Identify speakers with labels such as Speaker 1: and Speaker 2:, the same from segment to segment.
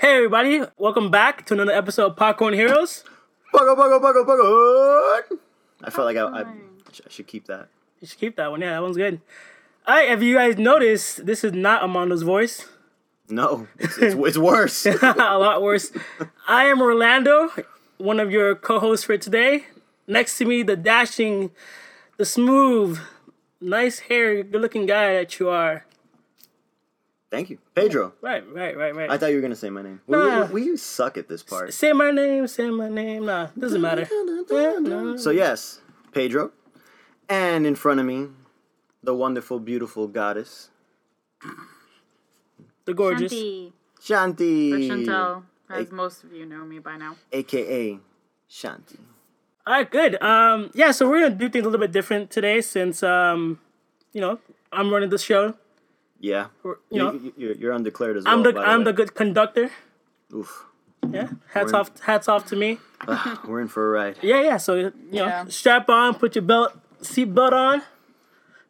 Speaker 1: everybody. Welcome back to another episode of Popcorn Heroes.
Speaker 2: Bugger, bugger, bugger, bugger. I felt like I, I, I sh- I should keep that.
Speaker 1: You should keep that one. Yeah, that one's good. All right, if you guys noticed, this is not Amanda's voice.
Speaker 2: No, it's, it's, it's worse.
Speaker 1: a lot worse. I am Orlando, one of your co-hosts for today. Next to me, the dashing, the smooth, nice hair, good-looking guy that you are.
Speaker 2: Thank you, Pedro.
Speaker 1: Right, right, right, right.
Speaker 2: I thought you were gonna say my name. We,
Speaker 1: Nah.
Speaker 2: we, we suck at this part.
Speaker 1: say my name, say my name. Nah, doesn't matter. Yeah, nah.
Speaker 2: So yes, Pedro, and in front of me, the wonderful, beautiful goddess
Speaker 1: They're gorgeous.
Speaker 3: Shanti, or
Speaker 2: Shanti,
Speaker 3: Chantel, as most of you know me by now.
Speaker 2: aka Shanti.
Speaker 1: All right, good. Um, yeah, so we're gonna do things a little bit different today since um, you know, I'm running the show.
Speaker 2: Yeah, you,
Speaker 1: you know.
Speaker 2: you, you're, you're undeclared as well.
Speaker 1: I'm the
Speaker 2: by
Speaker 1: I'm
Speaker 2: way.
Speaker 1: the good conductor.
Speaker 2: Oof.
Speaker 1: Yeah, hats
Speaker 2: Word.
Speaker 1: off hats off to me.
Speaker 2: We're in for a ride.
Speaker 1: Yeah, yeah. So you know,
Speaker 3: Yeah.
Speaker 1: strap on, put your belt, seat belt on,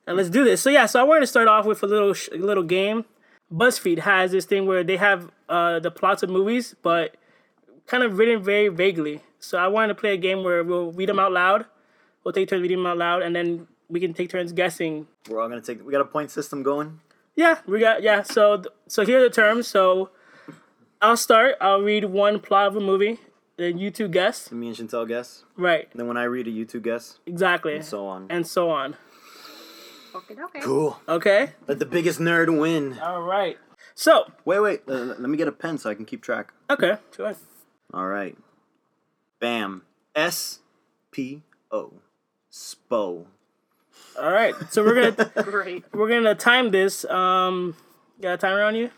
Speaker 1: and let's do this. So yeah, so I wanted to start off with a little sh- little game. BuzzFeed has this thing where they have uh, the plots of movies, but kind of written very vaguely. So I wanted to play a game where we'll read them out loud. We'll take turns reading them out loud, and then we can take turns guessing.
Speaker 2: We're all gonna take. We got a point system going.
Speaker 1: Yeah, we got yeah. So th- so here are the terms. So I'll start. I'll read one plot of a movie. Then you two guess.
Speaker 2: Me and Chantel guess.
Speaker 1: Right.
Speaker 2: Then when I read a you two guess,
Speaker 1: Exactly. And
Speaker 2: so on.
Speaker 1: And so on.
Speaker 3: Okay, okay.
Speaker 2: Cool.
Speaker 1: Okay.
Speaker 2: Let the biggest nerd win.
Speaker 1: All right. So,
Speaker 2: Wait, wait. uh, let me get a pen so I can keep track.
Speaker 1: okay. Sure.
Speaker 2: All right. Bam. S P O. Spo.
Speaker 1: All right. So we're gonna
Speaker 3: Great.
Speaker 1: we're gonna time this. Um, got a timer on you.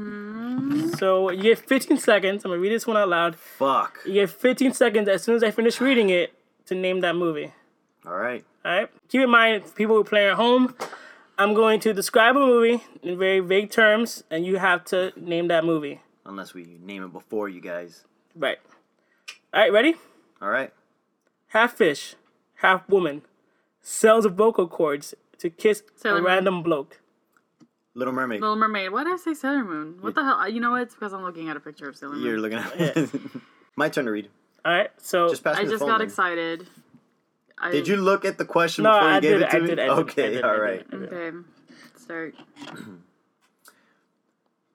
Speaker 1: Mm-hmm. So you get 15 seconds. I'm gonna read this one out loud.
Speaker 2: Fuck.
Speaker 1: You get 15 seconds as soon as I finish reading it to name that movie.
Speaker 2: All right.
Speaker 1: All right. Keep in mind, people who are playing at home, I'm going to describe a movie in very vague terms, and you have to name that movie.
Speaker 2: Unless we name it before you guys.
Speaker 1: Right. All right. Ready?
Speaker 2: All right.
Speaker 1: half fish, half woman, sells vocal cords to kiss
Speaker 3: Sailor
Speaker 1: a
Speaker 3: Moon.
Speaker 1: random bloke.
Speaker 2: Little Mermaid.
Speaker 3: Little Mermaid. Why did I say Sailor Moon? What the hell? You know what? It's because I'm looking at a picture of Sailor Moon.
Speaker 2: You're looking at. My turn to read.
Speaker 1: All right, so
Speaker 2: Just pass me
Speaker 3: I
Speaker 2: the
Speaker 3: just
Speaker 2: phone.
Speaker 3: got
Speaker 2: then.
Speaker 3: excited. I,
Speaker 2: Did you look at the question
Speaker 1: no,
Speaker 2: before you
Speaker 1: I
Speaker 2: gave
Speaker 1: did,
Speaker 2: it to
Speaker 1: I
Speaker 2: me?
Speaker 1: did, I did, I
Speaker 2: okay.
Speaker 1: did, I
Speaker 2: all
Speaker 1: did,
Speaker 2: right.
Speaker 1: I did.
Speaker 3: Okay. Start.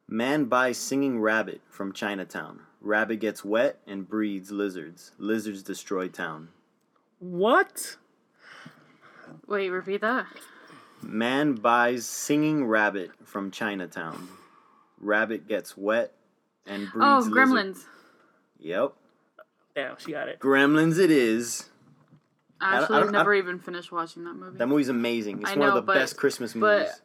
Speaker 2: Man buys singing rabbit from Chinatown. Rabbit gets wet and breeds lizards. Lizards destroy town.
Speaker 1: What?
Speaker 3: Wait, repeat that.
Speaker 2: Man buys singing rabbit from Chinatown. Rabbit gets wet and breeds.
Speaker 3: Oh,
Speaker 2: lizard-
Speaker 3: Gremlins.
Speaker 2: Yep,
Speaker 1: Damn, she got it.
Speaker 2: Gremlins. It is.
Speaker 3: I
Speaker 2: don't-
Speaker 3: actually
Speaker 2: I
Speaker 3: have
Speaker 2: don't-
Speaker 3: never even finished watching that movie.
Speaker 2: That movie's amazing. It's
Speaker 3: I
Speaker 2: one of
Speaker 3: know,
Speaker 2: the
Speaker 3: but-
Speaker 2: best Christmas
Speaker 3: but-
Speaker 2: movies.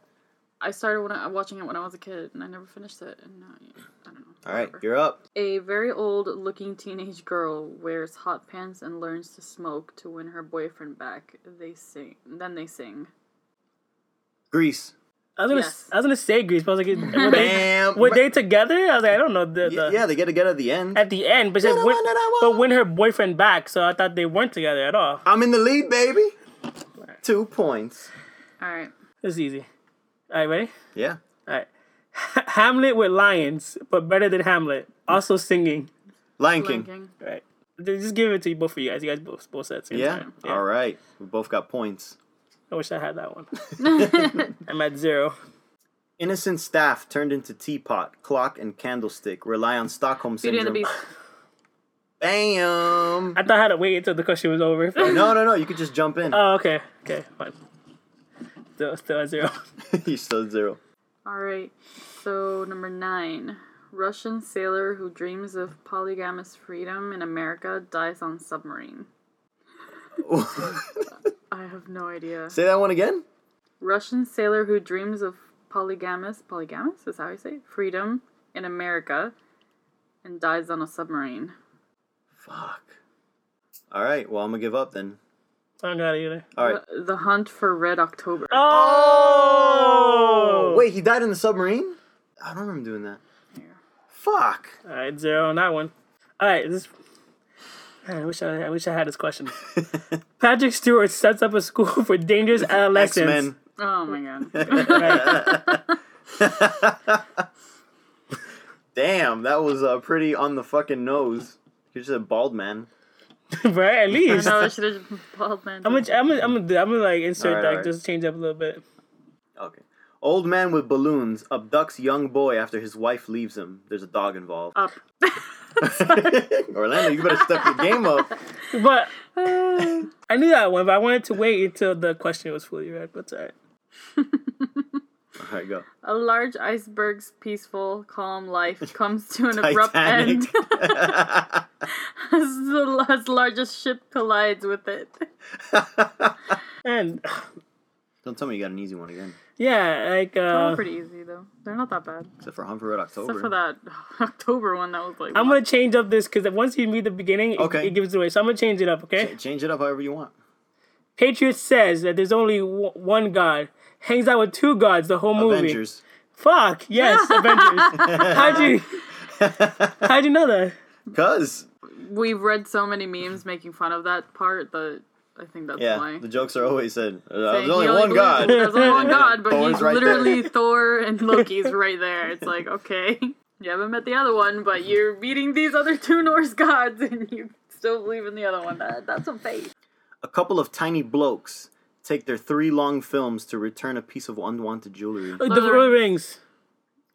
Speaker 3: I started when I, watching it when I was a kid, and I never finished it. And now, I don't know.
Speaker 2: All right,
Speaker 3: Whatever.
Speaker 2: you're up.
Speaker 3: A very old looking teenage girl wears hot pants and learns to smoke to win her boyfriend back. They sing then they sing.
Speaker 2: Greece.
Speaker 1: I was gonna,
Speaker 3: Yes.
Speaker 1: I was gonna say Grease, but I was like, were they,
Speaker 2: Bam.
Speaker 1: were they together? I was like, I don't know. The,
Speaker 2: Yeah,
Speaker 1: the,
Speaker 2: yeah, they get together at the end.
Speaker 1: At the end, but she said,
Speaker 2: the
Speaker 1: win,
Speaker 2: one that I
Speaker 1: but
Speaker 2: want."
Speaker 1: win her boyfriend back. So I thought they weren't together at all.
Speaker 2: I'm in the lead, baby. Two points.
Speaker 3: Alright.
Speaker 1: It's easy. All right, ready?
Speaker 2: Yeah.
Speaker 1: All right. Hamlet with lions, but better than Hamlet. Also singing.
Speaker 2: Lion King.
Speaker 3: Lion King.
Speaker 1: All right. Just give it to you both for you guys. You guys both both said at the same
Speaker 2: Yeah.
Speaker 1: time.
Speaker 2: All right. We both got points.
Speaker 1: I wish I had that one. I'm at zero.
Speaker 2: Innocent staff turned into teapot, clock, and candlestick rely on Stockholm
Speaker 3: Beauty and
Speaker 2: syndrome.
Speaker 3: the Beast.
Speaker 2: Bam.
Speaker 1: I thought I had to wait until the question was over.
Speaker 2: No, no, no. You could just jump in.
Speaker 1: oh, okay. Okay, fine. Still, still at zero.
Speaker 2: You're still at zero.
Speaker 3: Alright. So number nine. Russian sailor who dreams of polygamous freedom in America dies on submarine. I have no idea.
Speaker 2: Say that one again.
Speaker 3: Russian sailor who dreams of polygamous polygamous is how you say it? freedom in America and dies on a submarine.
Speaker 2: Fuck. All right. Well, I'm gonna give up then.
Speaker 1: I don't got it either.
Speaker 2: All right.
Speaker 3: The, the Hunt for Red October.
Speaker 1: Oh!
Speaker 2: Wait, he died in the submarine. I don't remember doing that. Fuck.
Speaker 1: All right, zero on that one. All right, this. Man, I wish I, I wish I had this question. Patrick Stewart sets up a school for dangerous
Speaker 2: X
Speaker 1: adolescents.
Speaker 2: Men.
Speaker 3: Oh my god.
Speaker 1: Right.
Speaker 2: Damn, that was uh, pretty on the fucking nose. You're just a bald man.
Speaker 1: right? At least.
Speaker 3: No, I should have just bald man.
Speaker 1: I'm gonna, I'm gonna, I'm gonna, I'm gonna like insert
Speaker 2: Alright,
Speaker 1: that,
Speaker 2: alright.
Speaker 1: just change up a little bit.
Speaker 2: Okay. Old man with balloons abducts young boy after his wife leaves him. There's a dog involved.
Speaker 3: up.
Speaker 2: Orlando, you better step your game up.
Speaker 1: But I knew that one, but I wanted to wait until the question was fully read. But it's alright.
Speaker 2: All right, go.
Speaker 3: A large iceberg's peaceful, calm life comes to an abrupt end
Speaker 2: Titanic.
Speaker 3: as the as largest ship collides with it.
Speaker 1: And
Speaker 2: Don't tell me you got an easy one again,
Speaker 1: yeah, like
Speaker 3: They're all
Speaker 1: uh,
Speaker 3: pretty easy though. They're not that bad.
Speaker 2: except for Humphrey Red October.
Speaker 3: Except for that October one that was like
Speaker 1: I'm gonna change up this because once you read the beginning, it-
Speaker 2: Okay.
Speaker 1: it, gives it away. So I'm gonna change it up. Okay.
Speaker 2: Ch- Change it up however you want.
Speaker 1: Patriot says that there's only w- one God. Hangs out with two gods the whole movie.
Speaker 2: Avengers.
Speaker 1: Fuck yes, Avengers. How'd you? How'd you know that?
Speaker 2: Cause
Speaker 3: we've read so many memes making fun of that part that I think that's
Speaker 2: yeah,
Speaker 3: why.
Speaker 2: the jokes are always said. uh,
Speaker 3: Like,
Speaker 2: there's
Speaker 3: he
Speaker 2: only one
Speaker 3: believes-
Speaker 2: God.
Speaker 3: There's only one God, but
Speaker 2: Thor's
Speaker 3: he's
Speaker 2: right there.
Speaker 3: literally Thor and Loki's right there. It's like, okay, you haven't met the other one, but you're meeting these other two Norse gods, and you still believe in the other one. That, that's a fate.
Speaker 2: A couple of tiny blokes take their three long films to return a piece of unwanted jewelry.
Speaker 1: The
Speaker 3: Lord of the
Speaker 1: Lord of the Rings.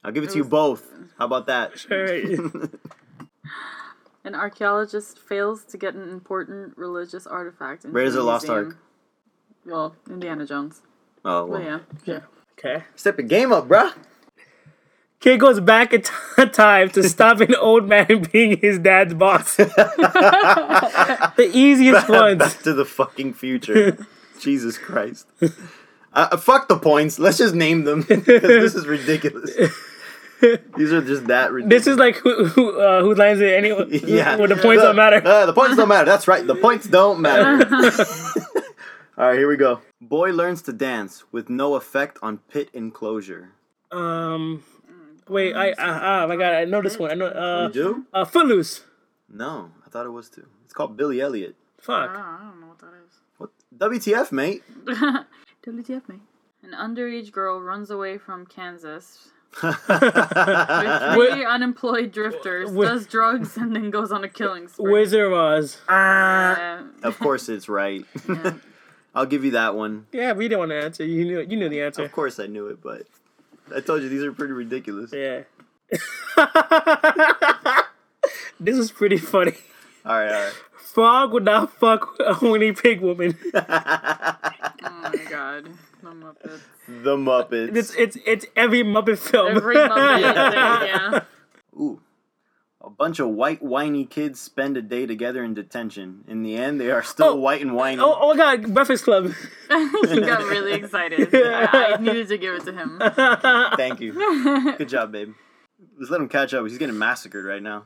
Speaker 2: I'll give it to you both. How about that?
Speaker 1: All right.
Speaker 3: An archaeologist fails to get an important religious artifact. into
Speaker 2: Raiders of
Speaker 3: a
Speaker 2: the Lost
Speaker 3: museum.
Speaker 2: Ark.
Speaker 3: Well, Indiana Jones.
Speaker 2: Oh,
Speaker 3: Well,
Speaker 2: well.
Speaker 3: yeah.
Speaker 1: Okay.
Speaker 2: Step your game up, bruh.
Speaker 1: Kid goes back in t- time to stop an old man being his dad's boss. the easiest ones.
Speaker 2: Back to the fucking future. Jesus Christ. Uh, fuck the points. Let's just name them 'cause this is ridiculous. These are just that ridiculous.
Speaker 1: This is like who who, uh, who lands it anyone.
Speaker 2: yeah.
Speaker 1: Where the points
Speaker 2: Uh,
Speaker 1: don't matter.
Speaker 2: uh, the points don't matter. That's right. The points don't matter. All right, here we go. Boy learns to dance with no effect on pit enclosure.
Speaker 1: Um. Wait. I. Ah. Uh, my God. I know this one. I know. Uh.
Speaker 2: You do?
Speaker 1: uh Footloose.
Speaker 2: No, I thought it was too. It's called Billy Elliot.
Speaker 3: Oh,
Speaker 1: Fuck.
Speaker 3: I don't know what that is.
Speaker 2: What? WTF, mate?
Speaker 3: WTF, mate. An underage girl runs away from Kansas with
Speaker 2: Wait,
Speaker 3: three unemployed drifters,
Speaker 1: Wh-
Speaker 3: does drugs, and then goes on a killing spree.
Speaker 1: Wizard of Oz.
Speaker 3: Uh,
Speaker 2: Of course it's right.
Speaker 3: Oh
Speaker 2: I'll give you that one.
Speaker 1: Yeah, we didn't want to answer. You knew. You knew the answer.
Speaker 2: Of course I knew it, but I told you these are pretty ridiculous.
Speaker 1: Yeah. this is pretty funny.
Speaker 2: All right, all right.
Speaker 1: Frog would not fuck a Winnie Pig woman.
Speaker 3: oh my god. The Muppets.
Speaker 2: The Muppets.
Speaker 1: It's it's it's every Muppet film.
Speaker 3: Every Muppet. yeah.
Speaker 2: Ooh. A bunch of white whiny kids spend a day together in detention. In the end, they are still
Speaker 1: Oh.
Speaker 2: white and whiny.
Speaker 1: oh, oh my God! Breakfast Club.
Speaker 3: he got really excited. I, I needed to give it to him.
Speaker 2: Thank you. Good job, babe. Let's let him catch up. He's getting massacred right now.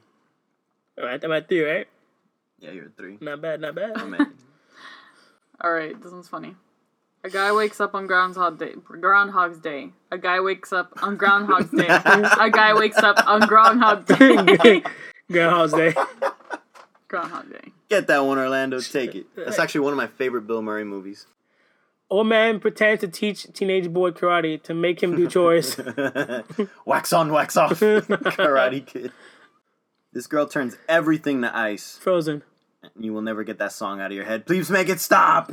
Speaker 1: All right, I'm at three, right?
Speaker 2: Yeah, you're at three.
Speaker 1: Not bad, not bad.
Speaker 2: Man.
Speaker 3: Alright, this one's funny. A guy wakes up on Groundhog Day. Groundhog's Day. A guy wakes up on Groundhog's Day. A guy wakes up on Groundhog Day.
Speaker 1: Groundhog's Day.
Speaker 3: Groundhog Day.
Speaker 2: Get that one, Orlando. Take it. That's actually one of my favorite Bill Murray movies.
Speaker 1: Old man pretends to teach teenage boy karate to make him do chores.
Speaker 2: Wax on, wax off. Karate Kid. This girl turns everything to ice.
Speaker 1: Frozen.
Speaker 2: You will never get that song out of your head. Please make it stop.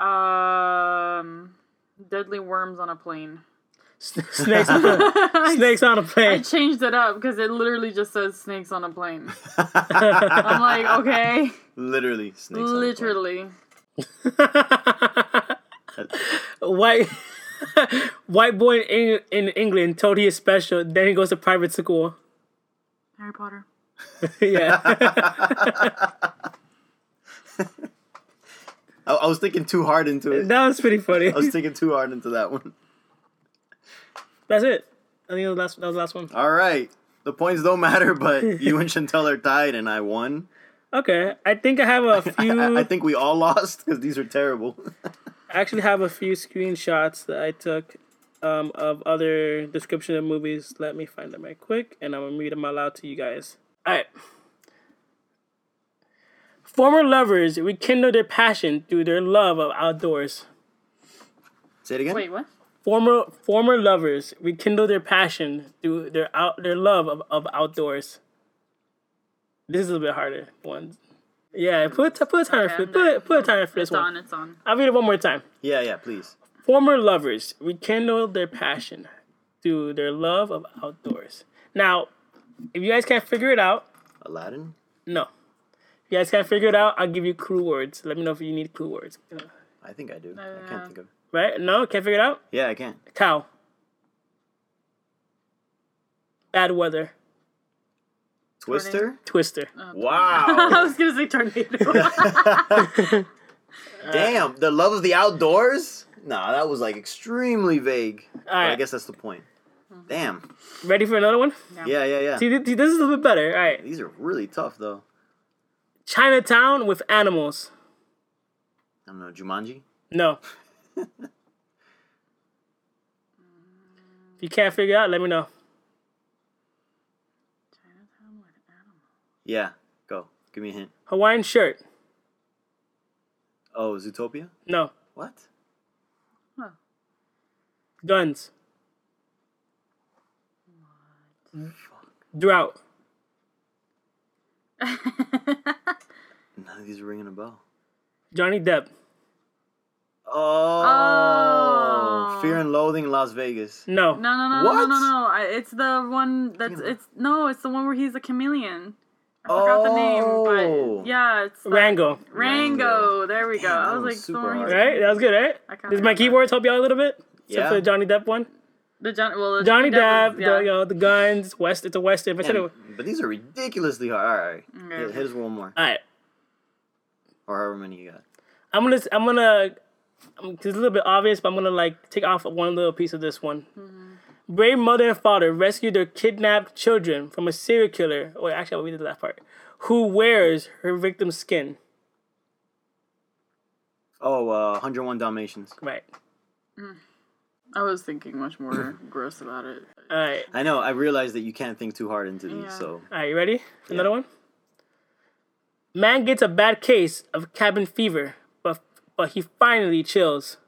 Speaker 3: Um, deadly worms on a plane.
Speaker 1: S- snakes. on a- snakes on a
Speaker 3: I
Speaker 1: plane.
Speaker 3: changed it up because it literally just says snakes on a plane. I'm like, okay,
Speaker 2: Literally, snakes. on a plane.
Speaker 3: literally.
Speaker 1: White. White boy in, Eng- in England told he is special. Then he goes to private school.
Speaker 3: Harry Potter.
Speaker 1: yeah.
Speaker 2: I, I was thinking too hard into it.
Speaker 1: That was pretty funny.
Speaker 2: I was thinking too hard into that one.
Speaker 1: That's it. I think that was last, that was the last one.
Speaker 2: All right. The points don't matter, but you and Chantel are tied, and I won.
Speaker 1: Okay. I think I have a few.
Speaker 2: I, I think we all lost because these are terrible.
Speaker 1: I actually have a few screenshots that I took um, of other description of movies. Let me find them right quick, and I'm gonna read them out loud to you guys. All right. Former lovers rekindle their passion through their love of outdoors.
Speaker 2: Say it again.
Speaker 3: Wait, what?
Speaker 1: Former former lovers rekindle their passion through their out their love of, of outdoors. This is a bit harder one. Yeah, put put a timer for
Speaker 3: Okay, I'm
Speaker 1: put put a timer for this
Speaker 3: It's on,
Speaker 1: one.
Speaker 3: it's on.
Speaker 1: I'll read it one more time.
Speaker 2: Yeah, yeah, please.
Speaker 1: Former lovers rekindle their passion through their love of outdoors. Now, if you guys can't figure it out,
Speaker 2: Aladdin?
Speaker 1: no. If you guys can't figure it out, I'll give you clue words. Let me know if you need clue words.
Speaker 2: I think I do. I
Speaker 3: yeah.
Speaker 2: can't think of
Speaker 1: Right? No? Can't figure it out?
Speaker 2: Yeah, I can.
Speaker 1: Cow. Bad weather.
Speaker 2: Twister?
Speaker 1: Twister.
Speaker 3: I
Speaker 2: Wow.
Speaker 3: was gonna say tornado.
Speaker 2: Damn, the love of the outdoors? Nah, that was like extremely vague. But I
Speaker 1: right.
Speaker 2: guess that's the point. Damn.
Speaker 1: Ready for another one?
Speaker 2: Yeah, yeah,
Speaker 1: See,
Speaker 2: yeah.
Speaker 1: th- see, this is a little bit better. All right.
Speaker 2: These are really tough though.
Speaker 1: Chinatown with animals.
Speaker 2: I don't know, Jumanji?
Speaker 1: No. if you can't figure it out, let me know.
Speaker 2: Yeah, go. Give me a hint.
Speaker 1: Hawaiian shirt.
Speaker 2: Oh, Zootopia?
Speaker 1: No.
Speaker 2: What?
Speaker 1: Guns. Drought.
Speaker 2: None of these are ringing a bell.
Speaker 1: Johnny Depp.
Speaker 2: Oh,
Speaker 3: Oh.
Speaker 2: Fear and Loathing in Las Vegas.
Speaker 1: No.
Speaker 3: No, no, no, no,
Speaker 2: What?
Speaker 3: no, no. I, it's the one that's
Speaker 2: Yeah.
Speaker 3: it's no, it's the one where he's a chameleon. I forgot the name,
Speaker 2: Oh.
Speaker 3: but yeah, it's the-
Speaker 1: Rango.
Speaker 3: Rango. There we go.
Speaker 2: Damn,
Speaker 3: I
Speaker 2: that
Speaker 3: was
Speaker 2: was
Speaker 3: like,
Speaker 2: super
Speaker 3: somewhere
Speaker 2: hard.
Speaker 3: he's
Speaker 1: Right? That was good, right?
Speaker 3: I can't
Speaker 1: Does my
Speaker 3: remember.
Speaker 1: keywords help you out a little bit? Except
Speaker 2: Yeah.
Speaker 1: for the Johnny Depp one.
Speaker 3: the John, well, the
Speaker 1: Johnny Depp,
Speaker 3: yeah.
Speaker 1: the, you know, the guns, West, it's a Western. But anyway.
Speaker 2: Damn, but these are ridiculously hard. All right,
Speaker 3: Okay.
Speaker 2: hit, hit us one more,
Speaker 1: All right.
Speaker 2: or however many you got.
Speaker 1: I'm gonna, I'm gonna, I'm- it's a little bit obvious, but I'm gonna like take off one little piece of this one.
Speaker 3: Mm-hmm.
Speaker 1: Brave mother and father rescue their kidnapped children from a serial killer. Wait, actually, I'll read the last part. Who wears her victim's skin?
Speaker 2: Oh, uh, 101 Dalmatians.
Speaker 1: Right.
Speaker 3: I was thinking much more gross about it.
Speaker 1: All right.
Speaker 2: I know. I realize that you can't think too hard into these.
Speaker 3: Yeah.
Speaker 2: So
Speaker 1: All right. You ready? For Another one. Man gets a bad case of cabin fever, but but he finally chills.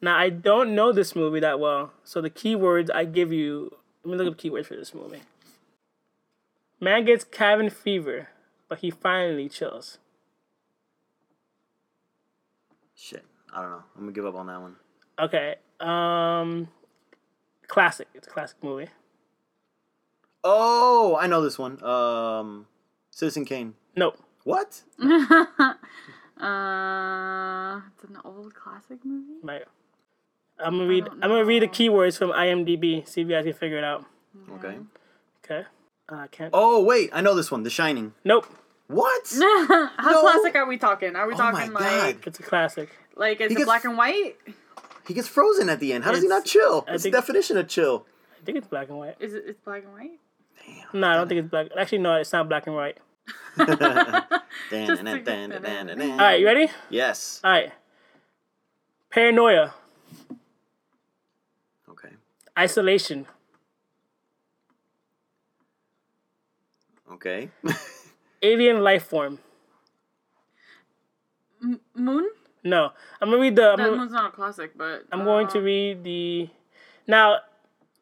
Speaker 1: Now I don't know this movie that well, so the keywords I give you. Let me look up keywords for this movie. Man gets cabin fever, but he finally chills.
Speaker 2: shit. I don't know. I'm gonna give up on that one.
Speaker 1: Okay. Um, classic. It's a classic movie.
Speaker 2: Oh, I know this one. Um, Citizen Kane.
Speaker 1: Nope.
Speaker 2: What?
Speaker 3: Uh, it's an old classic movie.
Speaker 1: Right. I'm gonna read.
Speaker 3: don't
Speaker 1: I'm gonna read the keywords from IMDb. See if you guys can figure it out.
Speaker 3: Mm-hmm.
Speaker 2: Okay.
Speaker 1: Okay. Uh, I can't.
Speaker 2: Oh wait, I know this one. The Shining.
Speaker 1: Nope.
Speaker 2: What?
Speaker 3: How
Speaker 2: No.
Speaker 3: classic are we talking? Are we
Speaker 2: Oh
Speaker 3: talking
Speaker 2: my
Speaker 3: like
Speaker 2: god.
Speaker 1: It's a classic.
Speaker 3: like is
Speaker 2: He
Speaker 3: it
Speaker 2: gets-
Speaker 3: black and white?
Speaker 2: He gets frozen at the end. How does he
Speaker 1: It's-
Speaker 2: not chill?
Speaker 1: I
Speaker 2: It's the
Speaker 1: think-
Speaker 2: definition of chill.
Speaker 1: I think it's black and white.
Speaker 3: Is it it's black and white?
Speaker 1: No, I don't think it's black. Actually, no, it's not black and white.
Speaker 2: Dun, dun,
Speaker 3: think
Speaker 2: dun,
Speaker 3: it's
Speaker 2: dun,
Speaker 3: better.
Speaker 2: dun, dun.
Speaker 1: All right, you ready?
Speaker 2: Yes.
Speaker 1: All right. Paranoia,
Speaker 2: Okay.
Speaker 1: isolation,
Speaker 2: Okay.
Speaker 1: alien life form.
Speaker 3: M- Moon?
Speaker 1: No, I'm gonna read the. I'm,
Speaker 3: That
Speaker 1: gonna,
Speaker 3: one's not a classic, but uh,
Speaker 1: I'm going to read the. Now,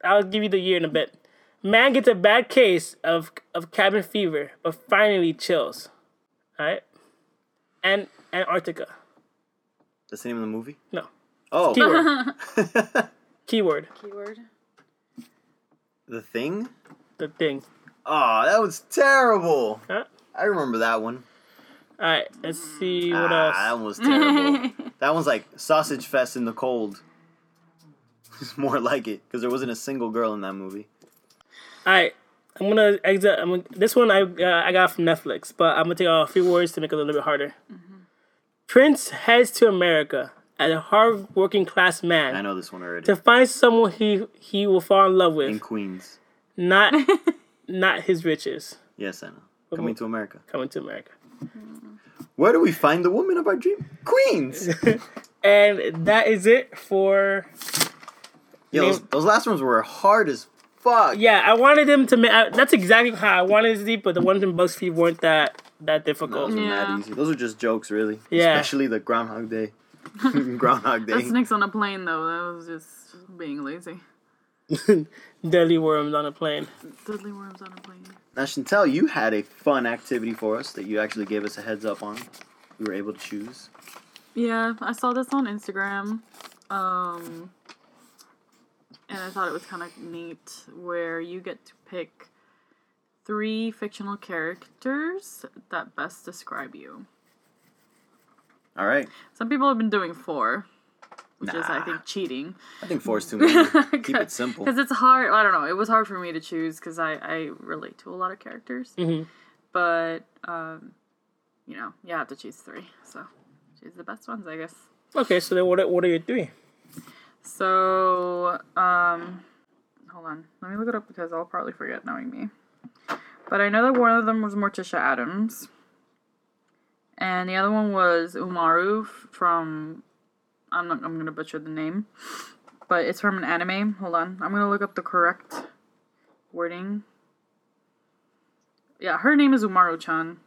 Speaker 1: I'll give you the year in a bit. Man gets a bad case of of cabin fever, but finally chills. All right. And Antarctica.
Speaker 2: That's the name of the movie.
Speaker 1: No.
Speaker 2: Oh,
Speaker 1: Keyword. Keyword.
Speaker 3: keyword.
Speaker 2: the thing.
Speaker 1: The thing.
Speaker 2: Oh, that was terrible.
Speaker 1: Huh?
Speaker 2: I remember that one.
Speaker 1: All right. Let's see what
Speaker 2: Ah, that
Speaker 1: else.
Speaker 2: one was terrible. that one's like sausage fest in the cold. It's more like it because there wasn't a single girl in that movie.
Speaker 1: All right. I'm gonna exit. I'm gonna, this one I uh, I got from Netflix, but I'm gonna take out a few words to make it a little bit harder.
Speaker 2: Mm-hmm.
Speaker 1: Prince heads to America as a hard working class man
Speaker 2: I know this one already.
Speaker 1: to find someone he he will fall in love with,
Speaker 2: In Queens.
Speaker 1: not not his riches.
Speaker 2: Yes, I know. Coming to America.
Speaker 1: Coming to America,
Speaker 2: Where do we find the woman of our dream? Queens.
Speaker 1: and that is it for
Speaker 2: Yo, those, those last ones were hard as fuck.
Speaker 1: Yeah, I wanted them to. Ma- I, that's exactly how I wanted it to be, but the ones in BuzzFeed weren't that that
Speaker 2: No,
Speaker 1: difficult.
Speaker 2: those are mad
Speaker 3: Yeah.
Speaker 2: easy. Those are just jokes, really.
Speaker 1: Yeah.
Speaker 2: Especially the Groundhog Day. Groundhog Day.
Speaker 3: That's Nick's on a plane though. That was just being lazy.
Speaker 1: Deadly worms on a plane.
Speaker 3: Deadly worms on a plane.
Speaker 2: Now, Chantel, you had a fun activity for us that you actually gave us a heads up on. We were able to choose.
Speaker 3: Yeah, I saw this on Instagram. Um, and I thought it was kind of neat where you get to pick three fictional characters that best describe you.
Speaker 2: All right.
Speaker 3: Some people have been doing four, which is, I
Speaker 2: Nah.
Speaker 3: think, cheating.
Speaker 2: I think four's too many. Keep it simple.
Speaker 3: Because it's hard. I don't know. It was hard for me to choose because I, I relate to a lot of characters.
Speaker 1: Mhm.
Speaker 3: But, um, you know, you have to choose three. So choose the best ones, I guess.
Speaker 1: Okay, so then what are, what are your three?
Speaker 3: So, um, hold on. Let me look it up because I'll probably forget knowing me. But I know that one of them was Morticia Adams. And the other one was Umaru f- from. I'm not. I'm gonna butcher the name, but it's from an anime. Hold on. I'm gonna look up the correct wording. Yeah, her name is Umaru-chan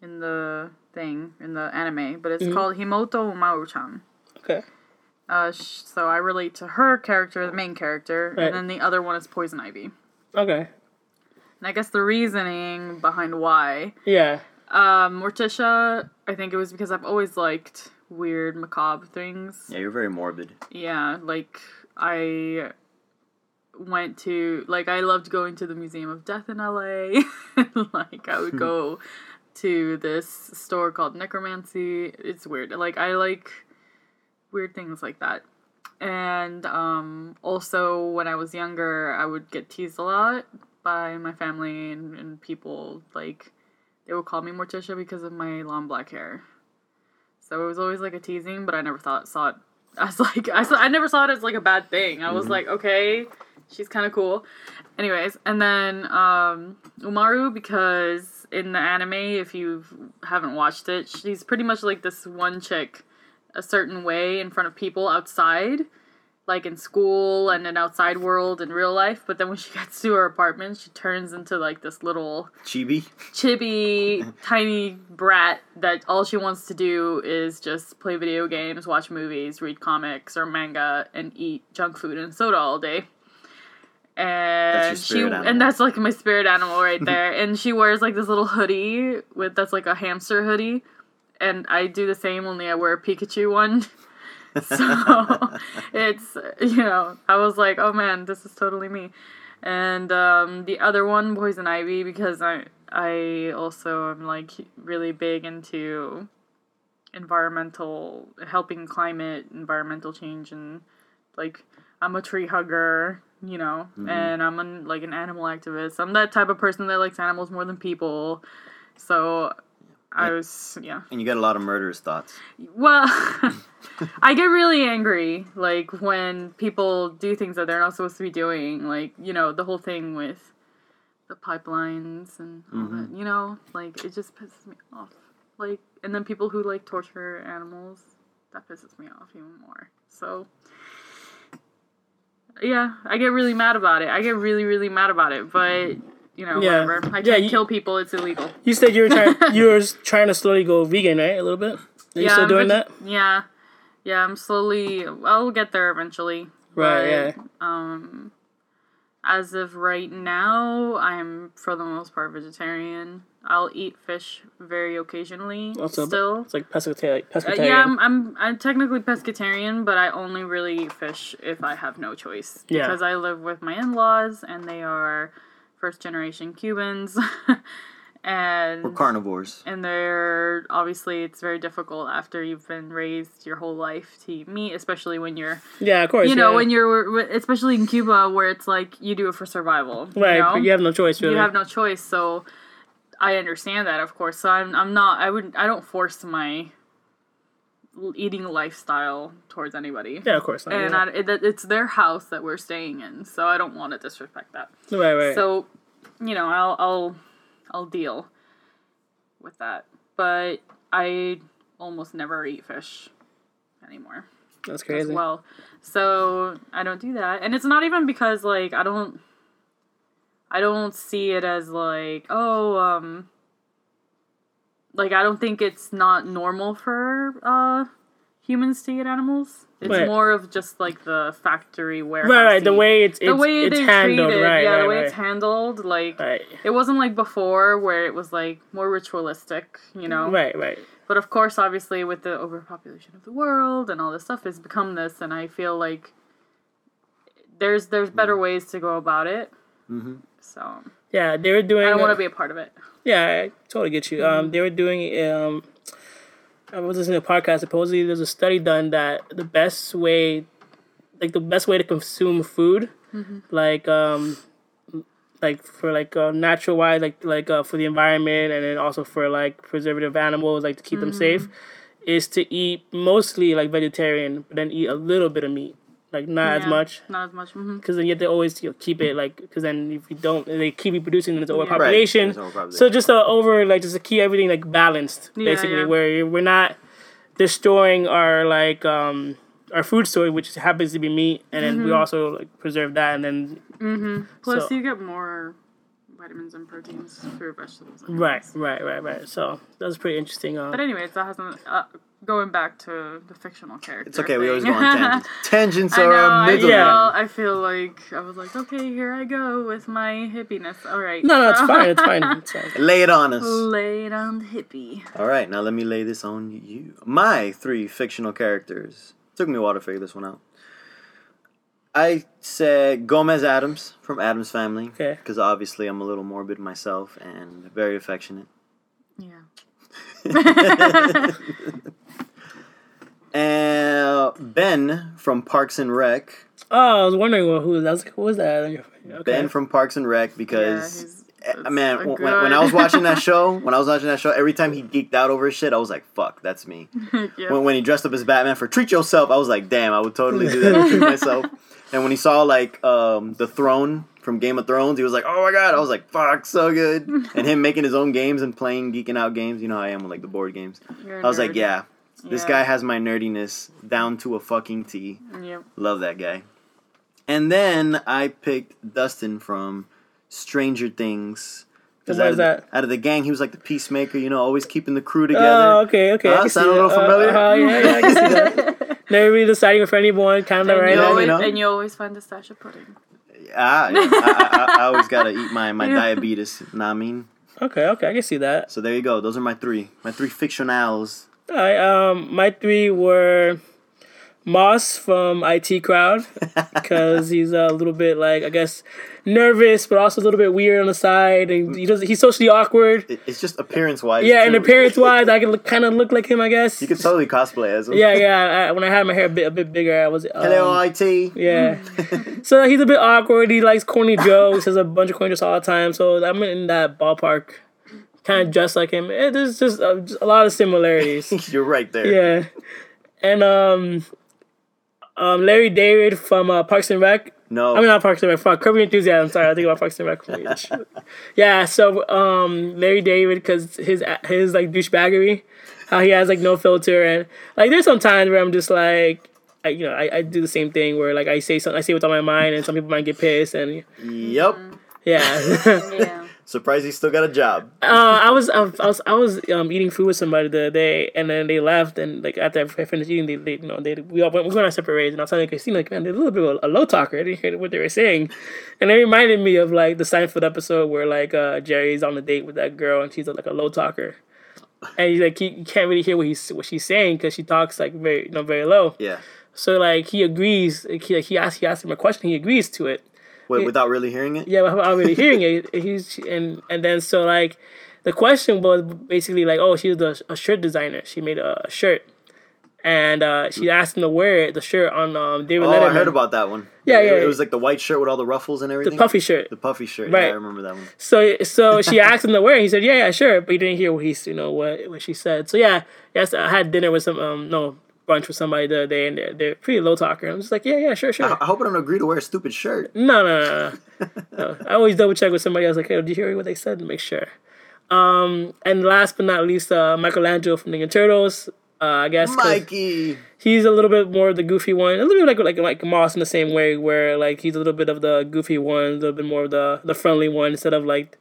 Speaker 3: in the thing in the anime, but it's called Himoto Umaru-chan.
Speaker 1: Okay.
Speaker 3: Uh, sh- so I relate to her character, the main character,
Speaker 1: Right.
Speaker 3: and then the other one is Poison Ivy. And
Speaker 1: Okay.
Speaker 3: I guess the reasoning behind why
Speaker 1: Yeah.
Speaker 3: um, Morticia, I think it was because I've always liked weird, macabre things.
Speaker 2: Yeah, you're very morbid.
Speaker 3: Yeah, like I went to like I loved going to the Museum of Death in LA. like I would go to this store called Necromancy. It's weird. Like I like weird things like that. And um also when I was younger, I would get teased a lot by my family and, and people like they would call me Morticia because of my long black hair. So it was always like a teasing, but I never thought saw it as like I saw, I never saw it as like a bad thing. I was like, okay, she's kind of cool. Anyways, and then um, Umaru because in the anime, if you haven't watched it, she's pretty much like this one chick, a certain way in front of people outside, like in school and an outside world in real life. But then when she gets to her apartment, she turns into like this little
Speaker 2: Chibi.
Speaker 3: chibi tiny brat that all she wants to do is just play video games, watch movies, read comics or manga, and eat junk food and soda all day. And she
Speaker 2: spirit animal.
Speaker 3: and that's like my spirit animal right there. and she wears like this little hoodie with that's like a hamster hoodie, and I do the same only I wear a Pikachu one. so it's you know I was like, oh man, this is totally me and um, the other one poison ivy because i i also am like really big into environmental helping climate environmental change and like i'm a tree hugger you know and i'm an, like an animal activist i'm that type of person that likes animals more than people so i was yeah
Speaker 2: And you got a lot of murderous thoughts.
Speaker 3: well, I get really angry, like when people do things that they're not supposed to be doing, like you know the whole thing with the pipelines and all
Speaker 1: Mm-hmm.
Speaker 3: that. You know, like it just pisses me off. Like, and then people who like torture animals, that pisses me off even more. So, yeah, I get really mad about it. I get really, really mad about it. But you know,
Speaker 1: Yeah.
Speaker 3: whatever. I can't
Speaker 1: Yeah, you-
Speaker 3: kill people. It's illegal.
Speaker 1: You said you were trying you were trying to slowly go vegan, right? A little bit. Are you still
Speaker 3: I'm
Speaker 1: doing
Speaker 3: veg-
Speaker 1: that?
Speaker 3: Yeah, yeah. I'm slowly. I'll get there eventually.
Speaker 1: Right. Yeah.
Speaker 3: but, Um, as of right now, I'm for the most part vegetarian. I'll eat fish very occasionally.
Speaker 1: What's up?
Speaker 3: still.
Speaker 1: It's like pescatarian.
Speaker 3: Uh,
Speaker 1: pescatarian.
Speaker 3: yeah, I'm, I'm I'm technically pescatarian, but I only really eat fish if I have no choice.
Speaker 1: Yeah.
Speaker 3: Because I live with my in-laws and they are first generation Cubans, and
Speaker 2: We're
Speaker 3: Mm-hmm.
Speaker 2: carnivores.
Speaker 3: and they're obviously it's very difficult after you've been raised your whole life to eat meat especially when you're
Speaker 1: yeah, of course.
Speaker 3: you know
Speaker 1: yeah.
Speaker 3: when you're especially in cuba where it's like you do it for survival
Speaker 1: right,
Speaker 3: you, know?
Speaker 1: but you have no choice. Really.
Speaker 3: You have no choice so i understand that of course so i'm, I'm not i wouldn't i don't force my l- eating lifestyle towards anybody
Speaker 1: yeah, of course. Not,
Speaker 3: and
Speaker 1: yeah.
Speaker 3: I, it, it's their house that we're staying in so i don't want to disrespect that
Speaker 1: right, right.
Speaker 3: so, you know, I'll I'll I'll deal with that. But I almost never eat fish anymore
Speaker 1: That's
Speaker 3: as
Speaker 1: crazy.
Speaker 3: well. So I don't do that. And it's not even because like I don't I don't see it as like, oh, um like I don't think it's not normal for uh humans to eat animals. It's
Speaker 1: Right.
Speaker 3: more of just like the factory warehouse.
Speaker 1: Right, right. The way it's it's,
Speaker 3: the way
Speaker 1: it's
Speaker 3: they're
Speaker 1: handled,
Speaker 3: treated,
Speaker 1: right?
Speaker 3: yeah,
Speaker 1: right,
Speaker 3: the way
Speaker 1: right.
Speaker 3: it's handled, like
Speaker 1: right,
Speaker 3: it wasn't like before where it was like more ritualistic, you know.
Speaker 1: right, right.
Speaker 3: But of course, obviously, with the overpopulation of the world and all this stuff, it's become this, and I feel like there's there's better
Speaker 1: Mm-hmm.
Speaker 3: ways to go about it. So I
Speaker 1: Yeah, they were doing.
Speaker 3: don't want to be a part of it.
Speaker 1: Yeah, I totally get you. Um, they were doing. Um, I was listening to a podcast. Supposedly, there's a study done that the best way, like the best way to consume food, like um, like for like uh, natural wise, like like uh, for the environment, and then also for like preservative animals, like to keep them safe, is to eat mostly like vegetarian, but then eat a little bit of meat, like not as
Speaker 3: Yeah,
Speaker 1: much.
Speaker 3: Not as much. mhm.
Speaker 1: because then you have to always you know, keep it like because then if you don't they keep reproducing then it's
Speaker 2: Right,
Speaker 1: overpopulation
Speaker 2: there's overpopulation.
Speaker 1: so just uh, over like just to keep everything like balanced
Speaker 3: Yeah,
Speaker 1: basically
Speaker 3: yeah.
Speaker 1: where you- we're not destroying our like um our food source which happens to be meat and then
Speaker 3: Mm-hmm.
Speaker 1: we also like preserve that and then
Speaker 3: Plus,
Speaker 1: So-
Speaker 3: you get more vitamins and proteins through vegetables. I guess.
Speaker 1: right right right right so that was pretty interesting um,
Speaker 3: But anyways, that hasn't. Uh, going back to the fictional character.
Speaker 2: It's okay. We always go
Speaker 3: thing.
Speaker 2: on tangents. Tangents
Speaker 3: I
Speaker 2: are
Speaker 3: know.
Speaker 2: our
Speaker 3: I
Speaker 2: middle.
Speaker 3: feel,
Speaker 1: Yeah.
Speaker 3: I feel like I was like, okay, here I go with my hippiness. All right.
Speaker 1: no no it's
Speaker 3: so-
Speaker 1: fine it's fine it's fine
Speaker 2: Lay it on us.
Speaker 3: Lay it on the hippie.
Speaker 2: All right, now let me lay this on you. My three fictional characters. Took me a while to figure this one out. I said Gomez Adams from Adams Family.
Speaker 1: Okay.
Speaker 2: Because obviously I'm a little morbid myself and very affectionate.
Speaker 3: Yeah.
Speaker 2: And Ben from Parks and Rec.
Speaker 1: oh I was wondering well, who that was like, who was that okay.
Speaker 2: Ben from Parks and Rec
Speaker 3: Yeah,
Speaker 2: because.
Speaker 3: he's-
Speaker 2: eh,
Speaker 3: that's
Speaker 2: Man,
Speaker 3: a
Speaker 2: w- when, when I
Speaker 3: good-
Speaker 2: was watching that show, when I was watching that show, every time he geeked out over his shit, I was like, "Fuck, that's me."
Speaker 3: yeah.
Speaker 2: when, when he dressed up as Batman for "Treat Yourself," I was like, "Damn, I would totally do that to treat myself." And when he saw like um, the throne from Game of Thrones, he was like, "Oh my god!" I was like, "Fuck, so good!" And him making his own games and playing geeking out games. You know how I am with like the board games.
Speaker 3: You're a
Speaker 2: I was
Speaker 3: nerd.
Speaker 2: like, "Yeah, this
Speaker 3: Yeah.
Speaker 2: guy has my nerdiness down to a fucking T."
Speaker 3: Yep.
Speaker 2: Love that guy. And then I picked Dustin from Stranger Things. 'Cause
Speaker 1: Why
Speaker 2: out
Speaker 1: is
Speaker 2: of the-
Speaker 1: that?
Speaker 2: out of the gang, he was like the peacemaker, you know, always keeping the crew together.
Speaker 1: Oh, okay, okay. I
Speaker 2: Huh?
Speaker 1: can see
Speaker 2: Sound a
Speaker 1: that.
Speaker 2: little familiar?
Speaker 1: Uh, uh, yeah, yeah, I can see that. Never really deciding with anyone, kind of
Speaker 3: And,
Speaker 1: right
Speaker 3: you
Speaker 2: know,
Speaker 1: now.
Speaker 2: you
Speaker 3: always,
Speaker 2: know.
Speaker 3: and you always find the stasha pudding.
Speaker 2: Ah, yeah. I, I, I, I always gotta eat my, my
Speaker 3: Yeah.
Speaker 2: diabetes. Know what I mean?
Speaker 1: Okay, okay, I can see that.
Speaker 2: So there you go. Those are my three. My three fictionals.
Speaker 1: I um my three were Moss from IT Crowd because he's a little bit like I guess nervous, but also a little bit weird on the side, and he does he's socially awkward.
Speaker 2: It- It's just appearance wise.
Speaker 1: Yeah, and appearance wise, I can look, kind of look like him, I guess.
Speaker 2: You could totally cosplay as him.
Speaker 1: Yeah, yeah. I, when I had my hair a bit a bit bigger, I was um,
Speaker 2: Hello, IT.
Speaker 1: Yeah. so he's a bit awkward. He likes corny jokes. Says a bunch of corny jokes all the time. So I'm in that ballpark, kind of dressed like him. Eh, there's just, uh, just a lot of similarities.
Speaker 2: You're right there.
Speaker 1: yeah. And um, um, Larry David from uh, Parks and Rec.
Speaker 2: No.
Speaker 1: I mean, not Parks and Rec. Fuck, Curb Your Enthusiasm. Sorry, I think about Parks and Rec. for each. yeah. So um, Larry David, because his his like douchebaggery, how he has like no filter, and like there's some times where I'm just like. I, you know, I, I do the same thing where like I say something, I say what's on my mind, and some people might get pissed, and
Speaker 2: Yep.
Speaker 1: yeah.
Speaker 3: Yeah.
Speaker 2: Surprised he still got a job.
Speaker 1: uh, I was I was I was um, eating food with somebody the other day, and then they left, and like after I finished eating, they, they you know they we all went we went our separate ways, and I was telling Christina like man, they're a little bit of a low talker. I didn't hear what they were saying, and it reminded me of like the Seinfeld episode where like uh, Jerry's on a date with that girl, and she's like a low talker, and he's like he, you can't really hear what he's what she's saying because she talks like very you know very low.
Speaker 2: Yeah.
Speaker 1: So like he agrees, like, he like, he asks he asks him a question, he agrees to it,
Speaker 2: Wait, without really hearing it?
Speaker 1: yeah, but I'm already hearing it. He's and and then so like the question was basically like, oh, she was a, a shirt designer. She made a, shirt, and uh, she asked him to wear the shirt on um, David
Speaker 2: Oh,
Speaker 1: Letterman,
Speaker 2: I heard about that one.
Speaker 1: Yeah,
Speaker 2: It-
Speaker 1: yeah,
Speaker 2: It
Speaker 1: yeah.
Speaker 2: was like the white shirt with all the ruffles and everything.
Speaker 1: the puffy shirt.
Speaker 2: The puffy shirt. Yeah,
Speaker 1: Right.
Speaker 2: I remember that one.
Speaker 1: So so she asked him to wear. it. He said, yeah, yeah, sure, but he didn't hear what he's you know what what she said. So yeah, yes, I had dinner with some um no brunch with somebody the other day, and they're they're pretty low talker. I'm just like, yeah, yeah, sure, sure.
Speaker 2: I I hope I don't agree to wear a stupid shirt.
Speaker 1: No, no, no, no. no. I always double check with somebody else. Like, hey, did you hear what they said? To make sure. Um, and last but not least, uh, Michelangelo from Ninja Turtles. Uh, I guess 'cause
Speaker 2: Mikey.
Speaker 1: he's a little bit more of the goofy one, a little bit like like like Moss in the same way, where like he's a little bit of the goofy one, a little bit more of the the friendly one instead of like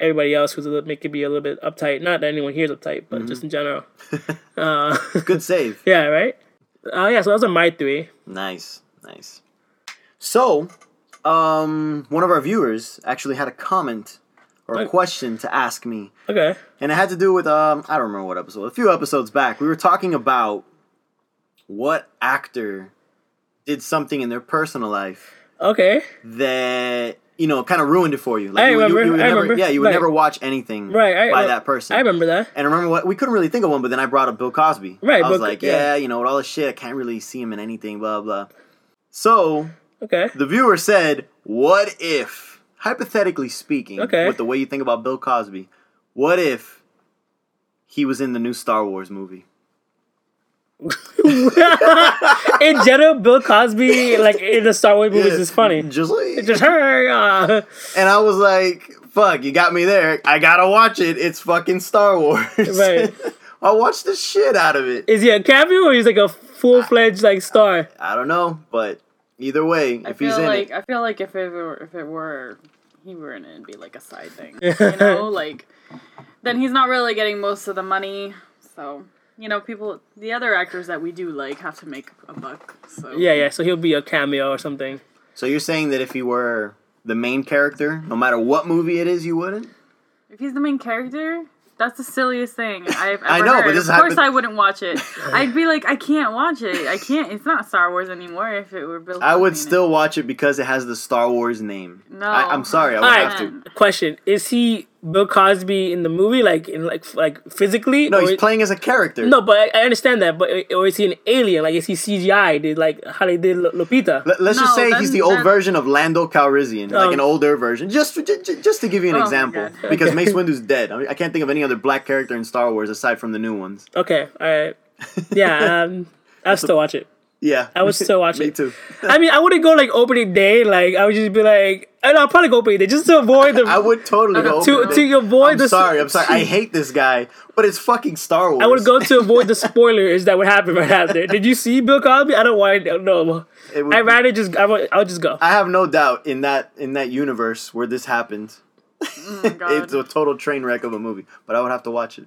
Speaker 1: everybody else who's a little, make it be a little bit uptight. Not that anyone here's uptight,
Speaker 2: Mm-hmm.
Speaker 1: but just in general. uh,
Speaker 2: Good save.
Speaker 1: yeah, right. Uh, yeah, so those are my three.
Speaker 2: Nice, nice. So, um, one of our viewers actually had a comment or a
Speaker 1: Like-
Speaker 2: question to ask me,
Speaker 1: Okay.
Speaker 2: and it had to do with um, I don't remember what episode. A few episodes back, we were talking about what actor did something in their personal life
Speaker 1: Okay.
Speaker 2: that you know kind of ruined it for you. Like
Speaker 1: I
Speaker 2: you, would- you-
Speaker 1: remember,
Speaker 2: you would
Speaker 1: I
Speaker 2: never,
Speaker 1: remember.
Speaker 2: yeah, you would
Speaker 1: Right.
Speaker 2: never watch anything
Speaker 1: Right. I,
Speaker 2: by
Speaker 1: I-
Speaker 2: that person.
Speaker 1: I remember that.
Speaker 2: And remember what we couldn't really think of one, but then I brought up Bill Cosby.
Speaker 1: Right,
Speaker 2: I was
Speaker 1: Bill-
Speaker 2: like, yeah,
Speaker 1: yeah.
Speaker 2: you know, with all this shit, I can't really see him in anything, blah blah. So
Speaker 1: Okay.
Speaker 2: the viewer said, "What if, hypothetically speaking,
Speaker 1: Okay.
Speaker 2: with the way you think about Bill Cosby, what if he was in the new Star Wars movie?"
Speaker 1: in general, Bill Cosby, like in the Star Wars movies, is funny.
Speaker 2: Just like,
Speaker 1: Just her. Uh,
Speaker 2: and I was like, "Fuck, you got me there. I gotta watch it. It's fucking Star Wars."
Speaker 1: Right.
Speaker 2: I watched the shit out of it.
Speaker 1: is he a cameo or he's like a full fledged like star?
Speaker 2: I don't know, but either way,
Speaker 3: I
Speaker 2: if
Speaker 3: feel
Speaker 2: he's in
Speaker 3: like
Speaker 2: it,
Speaker 3: I feel like if it were if it were he were in it, it'd be like a side thing, you know. Like then he's not really getting most of the money, so you know people the other actors that we do like have to make a buck. So
Speaker 1: Yeah, yeah. So he'll be a cameo or something.
Speaker 2: so you're saying that if he were the main character, no matter what movie it is, you wouldn't.
Speaker 3: if he's the main character. That's the silliest thing I've ever
Speaker 2: I know, but
Speaker 3: heard.
Speaker 2: this
Speaker 3: of course,
Speaker 2: happened-
Speaker 3: I wouldn't watch it. I'd be like, I can't watch it. I can't. It's not Star Wars anymore. If it were Bill,
Speaker 2: I would
Speaker 3: Cosby in it.
Speaker 2: still watch it because it has the Star Wars name.
Speaker 3: No.
Speaker 2: I, I'm sorry, I would
Speaker 1: Alright.
Speaker 2: have to.
Speaker 1: Question: Is he Bill Cosby in the movie, like in like f- like physically?
Speaker 2: No,
Speaker 1: or
Speaker 2: he's playing as a character.
Speaker 1: No, but I, I understand that. But or is he an alien? Like is he CGI? Did like how they did Lu- Lupita?
Speaker 2: Let, us just
Speaker 3: No,
Speaker 2: say
Speaker 3: then-
Speaker 2: he's the old
Speaker 3: then-
Speaker 2: version of Lando Calrissian, like
Speaker 1: Um,
Speaker 2: an older version. Just, just, just to give you an
Speaker 3: Oh my
Speaker 2: example,
Speaker 3: God.
Speaker 2: because
Speaker 1: Okay.
Speaker 2: Mace Windu's dead. I, mean, I can't think of any other black character in Star Wars aside from the new ones.
Speaker 1: okay, all right. Yeah, um, I'll still watch it.
Speaker 2: Yeah,
Speaker 1: I would still watch
Speaker 2: Me
Speaker 1: it.
Speaker 2: too.
Speaker 1: I mean, I wouldn't go like opening day. Like I would just be like, and I'll probably go opening day just to avoid the.
Speaker 2: I would totally go
Speaker 1: Uh, to
Speaker 2: over
Speaker 1: to
Speaker 2: there.
Speaker 1: avoid
Speaker 2: I'm
Speaker 1: the.
Speaker 2: sorry. I'm sorry. I hate this guy, but it's fucking Star Wars.
Speaker 1: I would go to avoid the spoilers that would happen right after. Did you see Bill Cosby? I don't want to know.
Speaker 2: It would-
Speaker 1: I rather just I would, I would just go.
Speaker 2: I have no doubt in that in that universe where this happened.
Speaker 3: Oh my God.
Speaker 2: It's a total train wreck of a movie, but I would have to watch it.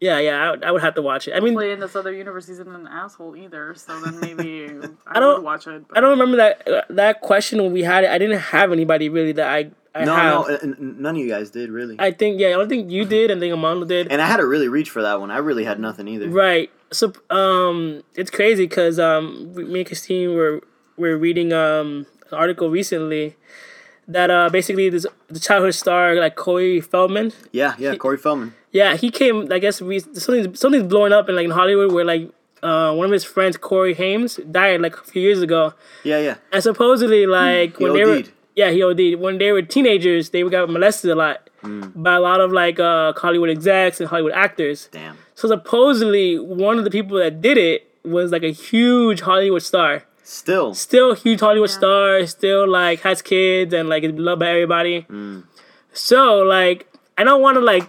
Speaker 1: Yeah, yeah, I would, I would have to watch it. I mean,
Speaker 3: play in this other universe isn't an asshole either, so then maybe I,
Speaker 1: don't-
Speaker 3: would watch it. But
Speaker 1: I don't remember that uh, that question when we had it. I didn't have anybody really that I I
Speaker 2: No,
Speaker 1: have.
Speaker 2: no, n- n- none of you guys did really.
Speaker 1: I think yeah, I don't think you did, and I think Amanda did.
Speaker 2: and I had to really reach for that one. I really had nothing either.
Speaker 1: Right. So um, it's crazy because um, we- me and Christine were were reading um an article recently that uh basically this the childhood star like Corey Feldman.
Speaker 2: Yeah, yeah, Corey Feldman.
Speaker 1: Yeah, he came. I guess we, something's something's blowing up in like in Hollywood where like uh one of his friends Corey Hames died like a few years ago,
Speaker 2: Yeah, yeah.
Speaker 1: and supposedly like when they were
Speaker 2: OD'd.
Speaker 1: yeah he OD'd when they were teenagers they got molested a lot by a lot of like uh Hollywood execs and Hollywood actors.
Speaker 2: Damn.
Speaker 1: So supposedly one of the people that did it was like a huge Hollywood star.
Speaker 2: Still,
Speaker 1: Still a huge Hollywood star, still like has kids and like is loved by everybody.
Speaker 3: Mm.
Speaker 1: So like I don't wanna like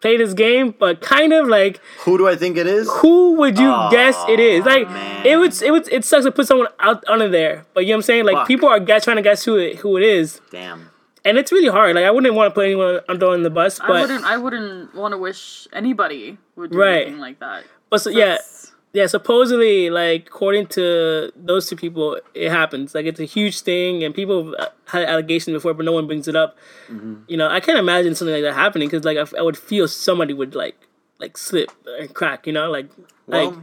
Speaker 1: play this game, but kind of like
Speaker 2: who do I think it is?
Speaker 1: who would you
Speaker 2: Aw,
Speaker 1: guess it is? Like it would it would it sucks to put someone out under there. But you know what I'm saying? Like
Speaker 2: Fuck.
Speaker 1: people are guess trying to guess who it who it is.
Speaker 2: Damn.
Speaker 1: And it's really hard. Like I wouldn't want to put anyone under on the bus,
Speaker 3: I
Speaker 1: but
Speaker 3: wouldn't. I wouldn't want to wish anybody would do
Speaker 1: Right.
Speaker 3: anything like that.
Speaker 1: but so, yeah.
Speaker 3: That's-
Speaker 1: yeah supposedly like according to those two people it happens like it's a huge thing and people have uh, had allegations before but no one brings it up you know i can't imagine something like that happening because like I, f- I would feel somebody would like like slip and crack you know like
Speaker 2: Well,
Speaker 1: like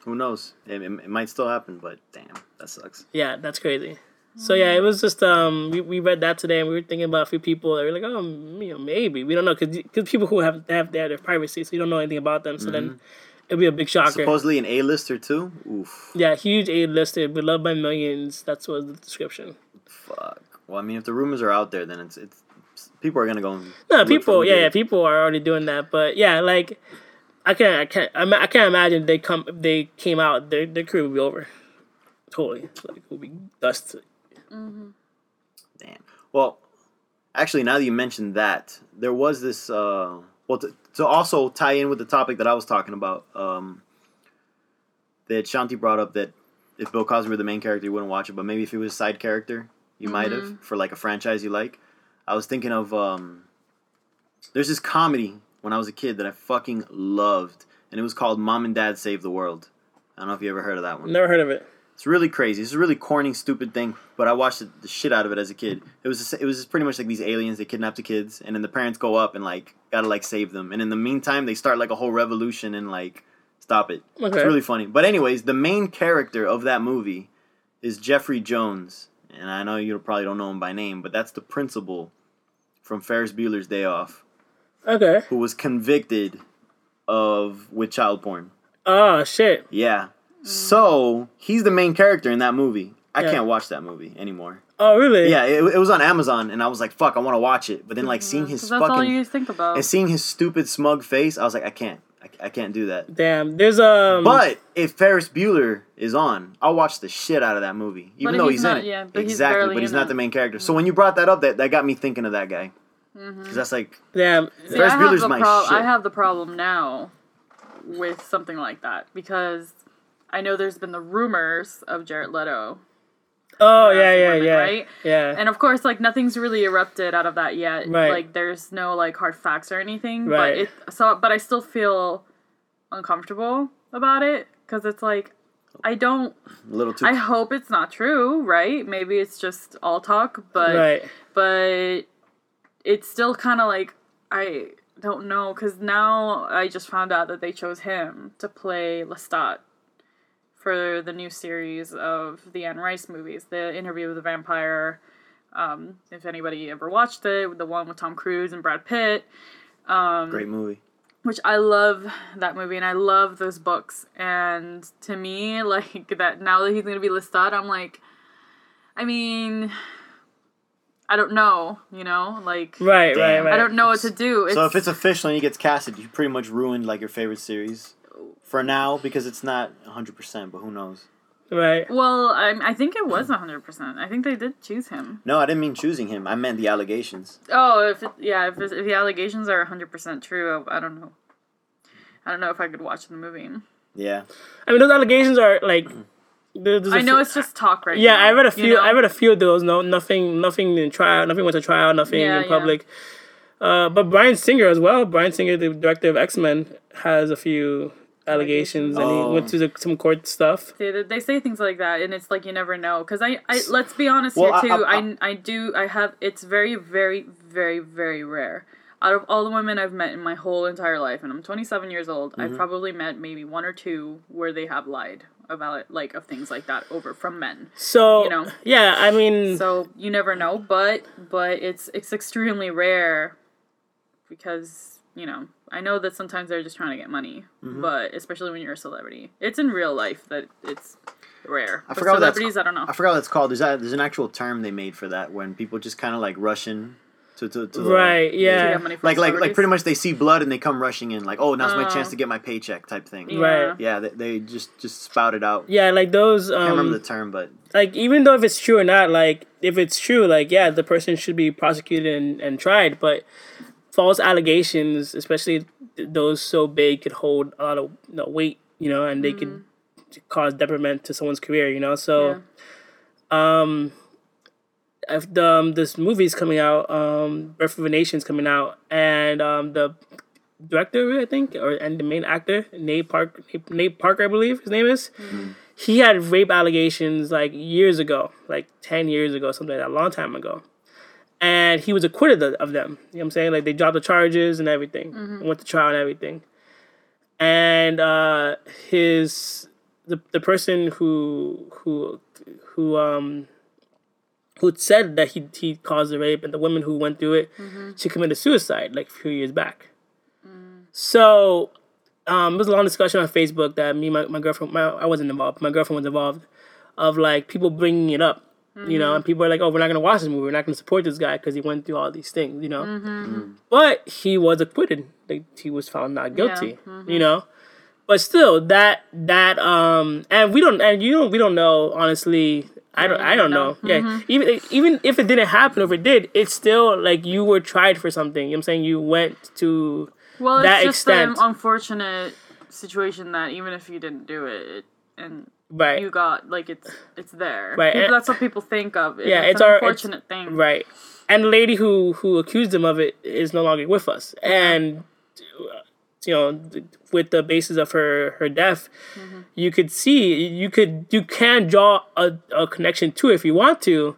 Speaker 2: who knows? It, it, it might still happen, but damn, that sucks.
Speaker 1: yeah that's crazy so yeah it was just um we, we read that today and we were thinking about a few people that were like oh m- you know, maybe we don't know because people who have they have, they have their privacy so you don't know anything about them so then it'd be a big shocker
Speaker 2: Supposedly an A-lister too. Oof.
Speaker 1: yeah huge a listed beloved by millions that's what the description
Speaker 2: Fuck. Well, I mean, if the rumors are out there, then it's it's people are gonna go. And
Speaker 1: No,
Speaker 2: look for
Speaker 1: people,
Speaker 2: who
Speaker 1: yeah,
Speaker 2: did
Speaker 1: yeah,
Speaker 2: it.
Speaker 1: people are already doing that, but yeah, like I can't, I can't, I, ma- I can't imagine they come, if they came out, their their career would be over, totally, like it would be dust.
Speaker 2: Damn. Well, actually, now that you mentioned that, there was this. Uh, well, to, to also tie in with the topic that I was talking about, um, that Shanti brought up that if Bill Cosby were the main character, you wouldn't watch it, but maybe if he was a side character, you might have for like a franchise you like. I was thinking of um, there's this comedy when I was a kid that I fucking loved, and it was called Mom and Dad Save the World. I don't know if you ever heard of that one.
Speaker 1: Never heard of it.
Speaker 2: It's really crazy. It's a really corny, stupid thing, but I watched the- the shit out of it as a kid. It was just, it was just pretty much like these aliens. They kidnap the kids, and then the parents go up and like gotta like save them. And in the meantime, they start like a whole revolution and like stop it.
Speaker 1: Okay.
Speaker 2: It's really funny. But anyways, the main character of that movie is Jeffrey Jones, and I know you probably don't know him by name, but that's the principal from Ferris Bueller's Day Off,
Speaker 1: Okay.
Speaker 2: who was convicted of with child porn.
Speaker 1: Oh shit.
Speaker 2: Yeah.
Speaker 3: Mm.
Speaker 2: So he's the main character in that movie. I
Speaker 1: Yeah.
Speaker 2: can't watch that movie anymore.
Speaker 1: Oh really?
Speaker 2: Yeah, it, it was on Amazon, and I was like, "Fuck, I want to watch it." But then, like, seeing his
Speaker 3: Because that's all
Speaker 2: fucking
Speaker 3: you think about.
Speaker 2: and seeing his stupid smug face, I was like, "I can't, I, I can't do that."
Speaker 1: Damn. There's um.
Speaker 2: But if Ferris Bueller is on, I'll watch the shit out of that movie, even
Speaker 3: But
Speaker 2: though
Speaker 3: he's
Speaker 2: he's,
Speaker 3: not-
Speaker 2: in it.
Speaker 3: yeah, but he's
Speaker 2: exactly,
Speaker 3: barely
Speaker 2: but he's
Speaker 3: in
Speaker 2: not
Speaker 3: it. Mm.
Speaker 2: the main character. So when you brought that up, that that got me thinking of that guy, because
Speaker 3: Mm-hmm.
Speaker 2: that's like
Speaker 1: damn.
Speaker 3: See,
Speaker 2: Ferris
Speaker 3: I have
Speaker 2: Bueller's
Speaker 3: the
Speaker 2: my
Speaker 3: prob- I
Speaker 2: shit.
Speaker 3: have the problem now with something like that because I know there's been the rumors of Jared Leto,
Speaker 1: Oh yeah yeah
Speaker 3: women,
Speaker 1: yeah.
Speaker 3: right?
Speaker 1: Yeah.
Speaker 3: and of course, like nothing's really erupted out of that yet.
Speaker 1: Right.
Speaker 3: Like there's no like hard facts or anything.
Speaker 1: Right.
Speaker 3: But it so, but I still feel uncomfortable about it because it's like I don't.
Speaker 2: a little too.
Speaker 3: I hope it's not true, right? Maybe it's just all talk, but
Speaker 1: right.
Speaker 3: but it's still kind of like I don't know because now I just found out that they chose him to play Lestat for the new series of the Anne Rice movies, the Interview with the Vampire. Um, if anybody ever watched it, the one with Tom Cruise and Brad Pitt, um,
Speaker 2: great movie.
Speaker 3: which I love that movie and I love those books. And to me, like that now that he's gonna be Lestat, I'm like, I mean, I don't know, you know, like
Speaker 1: Right right
Speaker 2: Damn.
Speaker 1: right.
Speaker 3: I don't know what to do. It's,
Speaker 2: So if it's official and he gets casted, you pretty much ruined like your favorite series for now because it's not 100%, but who knows?
Speaker 1: right.
Speaker 3: well, I, I think it was hundred percent. I think they did choose him.
Speaker 2: No, I didn't mean choosing him. I meant the allegations.
Speaker 3: Oh, if it, yeah, if, it's, if the allegations are hundred percent true, I, I don't know. I don't know if I could watch the movie.
Speaker 2: Yeah.
Speaker 1: I mean those allegations are like. there- there's a
Speaker 3: I know
Speaker 1: few-
Speaker 3: it's just talk right
Speaker 1: Yeah,
Speaker 3: now.
Speaker 1: I read a
Speaker 3: you
Speaker 1: few.
Speaker 3: know?
Speaker 1: I read a few of those. No, nothing, nothing in trial. Nothing went to trial. Nothing
Speaker 3: Yeah,
Speaker 1: in
Speaker 3: yeah.
Speaker 1: public. Uh, but Brian Singer as well. Brian Singer, the director of X Men, has a few allegations, and he went
Speaker 2: Oh.
Speaker 1: through the, some court stuff.
Speaker 3: They, they say things like that, and it's like you never know. Because I, I, let's be honest
Speaker 2: Well, I-
Speaker 3: here too. I,
Speaker 2: I-
Speaker 3: I, do, I have. It's very, very, very, very rare. Out of all the women I've met in my whole entire life, and I'm 27 years old, I've probably met maybe one or two where they have lied about it, like of things like that over from men.
Speaker 1: So
Speaker 3: You know.
Speaker 1: yeah, I mean,
Speaker 3: So you never know, but but it's it's extremely rare because you know I know that sometimes they're just trying to get money,
Speaker 2: Mm-hmm.
Speaker 3: but especially when you're a celebrity, it's in real life that it's rare. I
Speaker 2: forgot what that's
Speaker 3: celebrities. I don't know.
Speaker 2: I forgot what it's called. There's, a, there's an actual term they made for that when people just kind of like rush in to, to, to the.
Speaker 1: right,
Speaker 3: Do you
Speaker 1: yeah,
Speaker 3: have money for
Speaker 2: Like, like, like
Speaker 3: celebrities?
Speaker 2: pretty much they see blood and they come rushing in, like, oh, now's my
Speaker 3: Oh.
Speaker 2: chance to get my paycheck type thing.
Speaker 3: Yeah.
Speaker 2: Yeah,
Speaker 1: right.
Speaker 2: they, they just, just spout it out.
Speaker 1: yeah, like those.
Speaker 2: I can't remember
Speaker 1: Um,
Speaker 2: the term, but
Speaker 1: like even though if it's true or not, like if it's true, like yeah, the person should be prosecuted and, and tried. But false allegations, especially th- those so big, could hold a lot of you know, weight, you know, and they could cause detriment to someone's career, you know. So, um, if the um, this movie's coming out, um, Birth of a Nation's coming out, and um, the director, I think, or and the main actor, Nate Park, Nate Parker, I believe his name is. He had rape allegations like years ago, like ten years ago, something like that, a long time ago, and he was acquitted of- of them. You know what I'm saying? Like they dropped the charges and everything, went to trial and everything, and uh, his the the person who who who um who said that he he caused the rape and the woman who went through it, she committed suicide like a few years back. So um, it was a long discussion on Facebook that me, and my, my girlfriend, my, I wasn't involved. My girlfriend was involved of like people bringing it up, you know, and people are like, oh, we're not going to watch this movie. We're not going to support this guy because he went through all these things, you know. But he was acquitted. Like, he was found not guilty, you know. But still, that that um, and we don't, and you don't, we don't know. Honestly, I don't, I don't know. Yeah, even even if it didn't happen, or if it did, it's still like you were tried for something. You know what I'm saying you went to
Speaker 3: well,
Speaker 1: that
Speaker 3: it's just
Speaker 1: extent.
Speaker 3: an unfortunate situation that even if you didn't do it, it and
Speaker 1: Right.
Speaker 3: you got like it's it's there.
Speaker 1: Right,
Speaker 3: People-
Speaker 1: and-
Speaker 3: that's what people think of.
Speaker 1: Yeah, it's
Speaker 3: it's, an
Speaker 1: our- it's-
Speaker 3: unfortunate thing.
Speaker 1: Right. And the lady who who accused him of it is no longer with us. And uh, you know, th- with the basis of her her death, you could see you could you can draw a, a connection to it if you want to.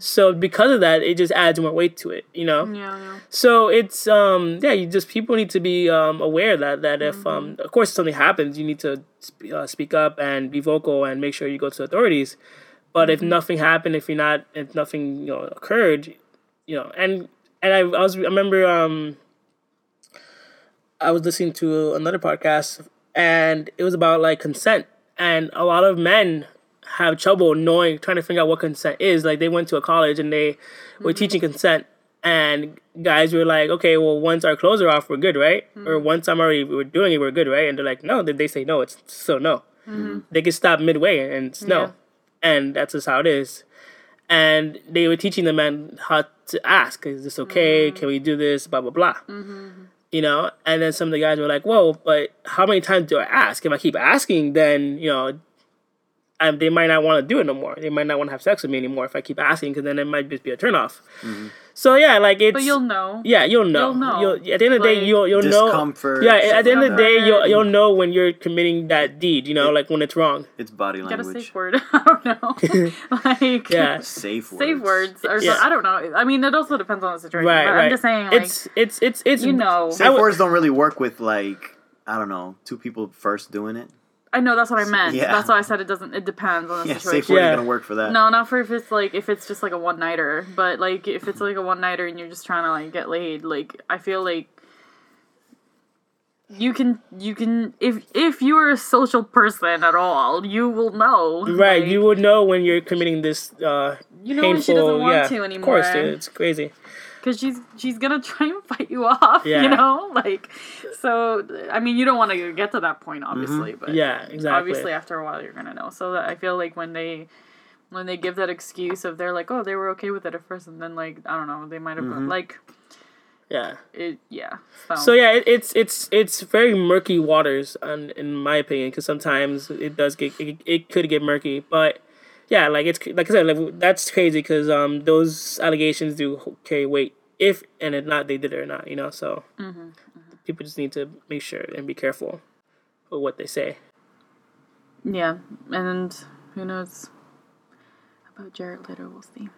Speaker 1: So because of that, it just adds more weight to it, you know.
Speaker 3: Yeah, yeah.
Speaker 1: So it's um yeah, you just people need to be um aware that that if um of course if something happens, you need to sp- uh, speak up and be vocal and make sure you go to authorities. But if nothing happened, if you're not if nothing you know occurred, you know and and I, I was I remember um I was listening to another podcast and it was about like consent and a lot of men have trouble knowing trying to figure out what consent is like they went to a college and they were teaching consent and guys were like okay well once our clothes are off we're good right or once i'm already we're doing it we're good right and they're like no then they say no it's so no they could stop midway and it's no
Speaker 3: Yeah.
Speaker 1: and that's just how it is and they were teaching the men how to ask is this okay
Speaker 3: Mm-hmm.
Speaker 1: can we do this blah blah blah you know and then some of the guys were like whoa but how many times do i ask if i keep asking then you know I, they might not want to do it no more they might not want to have sex with me anymore if i keep asking because then it might just be a turnoff so yeah like it's
Speaker 3: But you'll know.
Speaker 1: yeah, you'll know.
Speaker 3: You'll know.
Speaker 1: You'll- at the end of the day,
Speaker 3: Like-
Speaker 1: you'll you'll
Speaker 2: Discomfort.
Speaker 1: know. Yeah, at the end of the day, you'll
Speaker 3: Discomfort.
Speaker 1: you'll know when you're committing that deed. You know, like when it's wrong.
Speaker 2: It's body
Speaker 3: Get a
Speaker 2: language.
Speaker 3: safe word. I don't know. like
Speaker 1: Yeah,
Speaker 2: Safe words.
Speaker 3: safe words or
Speaker 1: Yeah.
Speaker 3: so, I don't know. I mean, it also depends on the situation.
Speaker 1: right,
Speaker 3: but
Speaker 1: right.
Speaker 3: I'm just saying, like,
Speaker 1: it's it's it's it's
Speaker 3: you know,
Speaker 1: I
Speaker 2: Safe
Speaker 1: would-
Speaker 2: words don't really work with like I don't know two people first doing it.
Speaker 3: I know that's what I meant.
Speaker 2: Yeah.
Speaker 3: That's why I said it doesn't. It depends on the
Speaker 2: Yeah, safe
Speaker 3: situation.
Speaker 2: word
Speaker 1: Yeah.
Speaker 2: ain't gonna work for that.
Speaker 3: No, not for if it's like if it's just like a one nighter, but like if it's like a one nighter and you're just trying to like get laid, like I feel like you can you can if if you are a social person at all, you will know.
Speaker 1: Right,
Speaker 3: like,
Speaker 1: you would know when you're committing this uh,
Speaker 3: you know when
Speaker 1: painful.
Speaker 3: she doesn't want
Speaker 1: yeah,
Speaker 3: to
Speaker 1: of course, dude,
Speaker 3: anymore
Speaker 1: it's crazy.
Speaker 3: because she's she's gonna try and fight you off.
Speaker 1: Yeah.
Speaker 3: You know, like so. I mean, you don't want to get to that point, obviously, but
Speaker 1: Mm-hmm. Yeah, exactly.
Speaker 3: obviously after a while you're gonna know so that i feel like when they when they give that excuse of they're like oh they were okay with it at first and then like i don't know they might have like
Speaker 1: yeah.
Speaker 3: it yeah
Speaker 1: Mm-hmm. So yeah, it, it's it's it's very murky waters, and in my opinion, because sometimes it does get it, it could get murky, but yeah, like it's like I said, like, that's crazy because um those allegations do carry weight if and if not they did it or not, you know. So
Speaker 3: Mm-hmm,
Speaker 1: people just need to make sure and be careful with what they say.
Speaker 3: yeah and who knows about jared later we'll see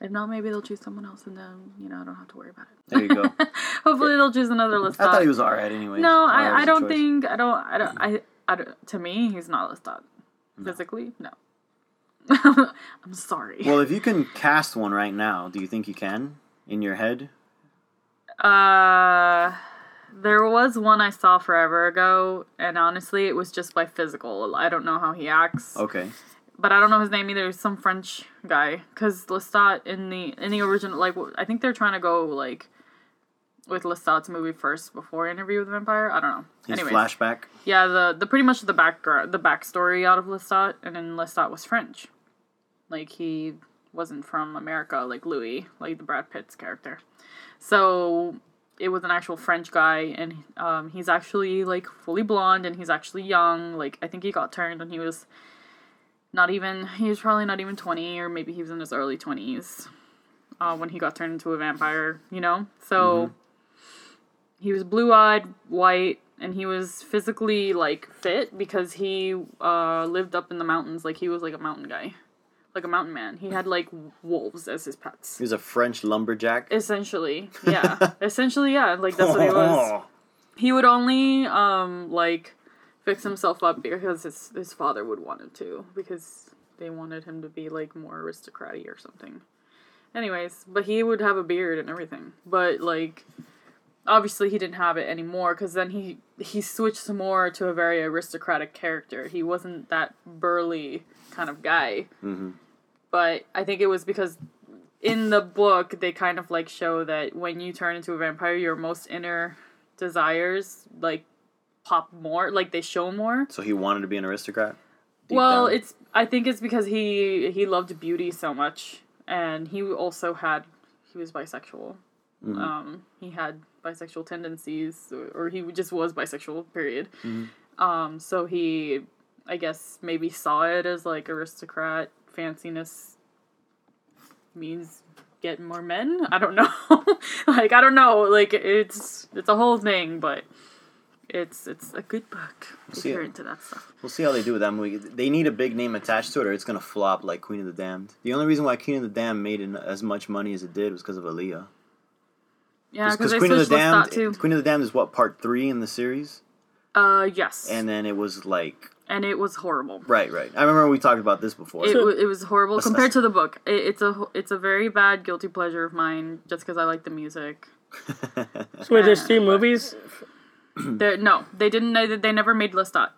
Speaker 3: if not maybe they'll choose someone else and then you know i don't have to worry about it
Speaker 2: There you go. I
Speaker 3: hopefully they'll choose another list
Speaker 2: thought he was alright anyway.
Speaker 3: no
Speaker 2: Thought it was
Speaker 3: i, I
Speaker 2: a
Speaker 3: don't
Speaker 2: choice.
Speaker 3: think i don't i don't i, I don't, to me he's not list up physically no i'm sorry
Speaker 2: Well, if you can cast one right now, do you think you can in your head?
Speaker 3: Uh, there was one I saw forever ago, and honestly, it was just by physical. I don't know how he acts,
Speaker 2: Okay.
Speaker 3: but I don't know his name either. It's some French guy, because Lestat in the in the original, like w- I think they're trying to go like with Lestat's movie first before Interview with the Vampire. I don't know.
Speaker 2: His
Speaker 3: Anyways,
Speaker 2: flashback.
Speaker 3: yeah, the the pretty much the background, the backstory out of Lestat, and then Lestat was French, like he wasn't from America, like Louis, like the Brad Pitt's character. So it was an actual French guy, and um, he's actually like fully blonde, and he's actually young. Like I think he got turned when he was not even he was probably not even twenty, or maybe he was in his early twenties uh, when he got turned into a vampire. You know, so he was blue eyed, white, and he was physically like fit because he uh, lived up in the mountains. Like he was like a mountain guy, like a mountain man. He had like wolves as his pets.
Speaker 2: He was a French lumberjack.
Speaker 3: Essentially, yeah. Essentially, yeah. Like that's what he was. He would only um like fix himself up because his his father would want him to because they wanted him to be like more aristocratic or something. Anyways, but he would have a beard and everything. But like obviously he didn't have it anymore cuz then he he switched some more to a very aristocratic character. He wasn't that burly kind of guy. But I think it was because in the book they kind of like show that when you turn into a vampire your most inner desires like pop more like they show more
Speaker 2: So he wanted to be an aristocrat. Deep
Speaker 3: well
Speaker 2: down.
Speaker 3: it's i think it's because he he loved beauty so much and he also had he was bisexual
Speaker 2: Mm-hmm.
Speaker 3: um he had bisexual
Speaker 2: Mm-hmm.
Speaker 3: tendencies or, or he just was bisexual period um so he I guess maybe saw it as like aristocrat fanciness means get more men. I don't know. like I don't know. Like it's it's a whole thing, but it's it's a good book if
Speaker 2: see
Speaker 3: you're
Speaker 2: it.
Speaker 3: into that stuff.
Speaker 2: We'll see how they do with that movie. They need a big name attached to it, or it's gonna flop like Queen of the Damned. The only reason why Queen of the Damned made en- as much money as it did was because of Aaliyah.
Speaker 3: Yeah, because I
Speaker 2: Queen of the
Speaker 3: switched Lestat
Speaker 2: Damned,
Speaker 3: too.
Speaker 2: Queen of the Damned is what part three in the series,
Speaker 3: Uh, yes, and,
Speaker 2: and then it was like
Speaker 3: it was horrible.
Speaker 2: right, right. I remember we talked about this before.
Speaker 3: It, wa- it was horrible
Speaker 2: That's-
Speaker 3: compared to the book. It, it's a ho- it's a very bad guilty pleasure of mine just because I like the music.
Speaker 1: So wait, there's three movies.
Speaker 2: Hmm.
Speaker 3: They're, no, they didn't. They, they never made Lestat.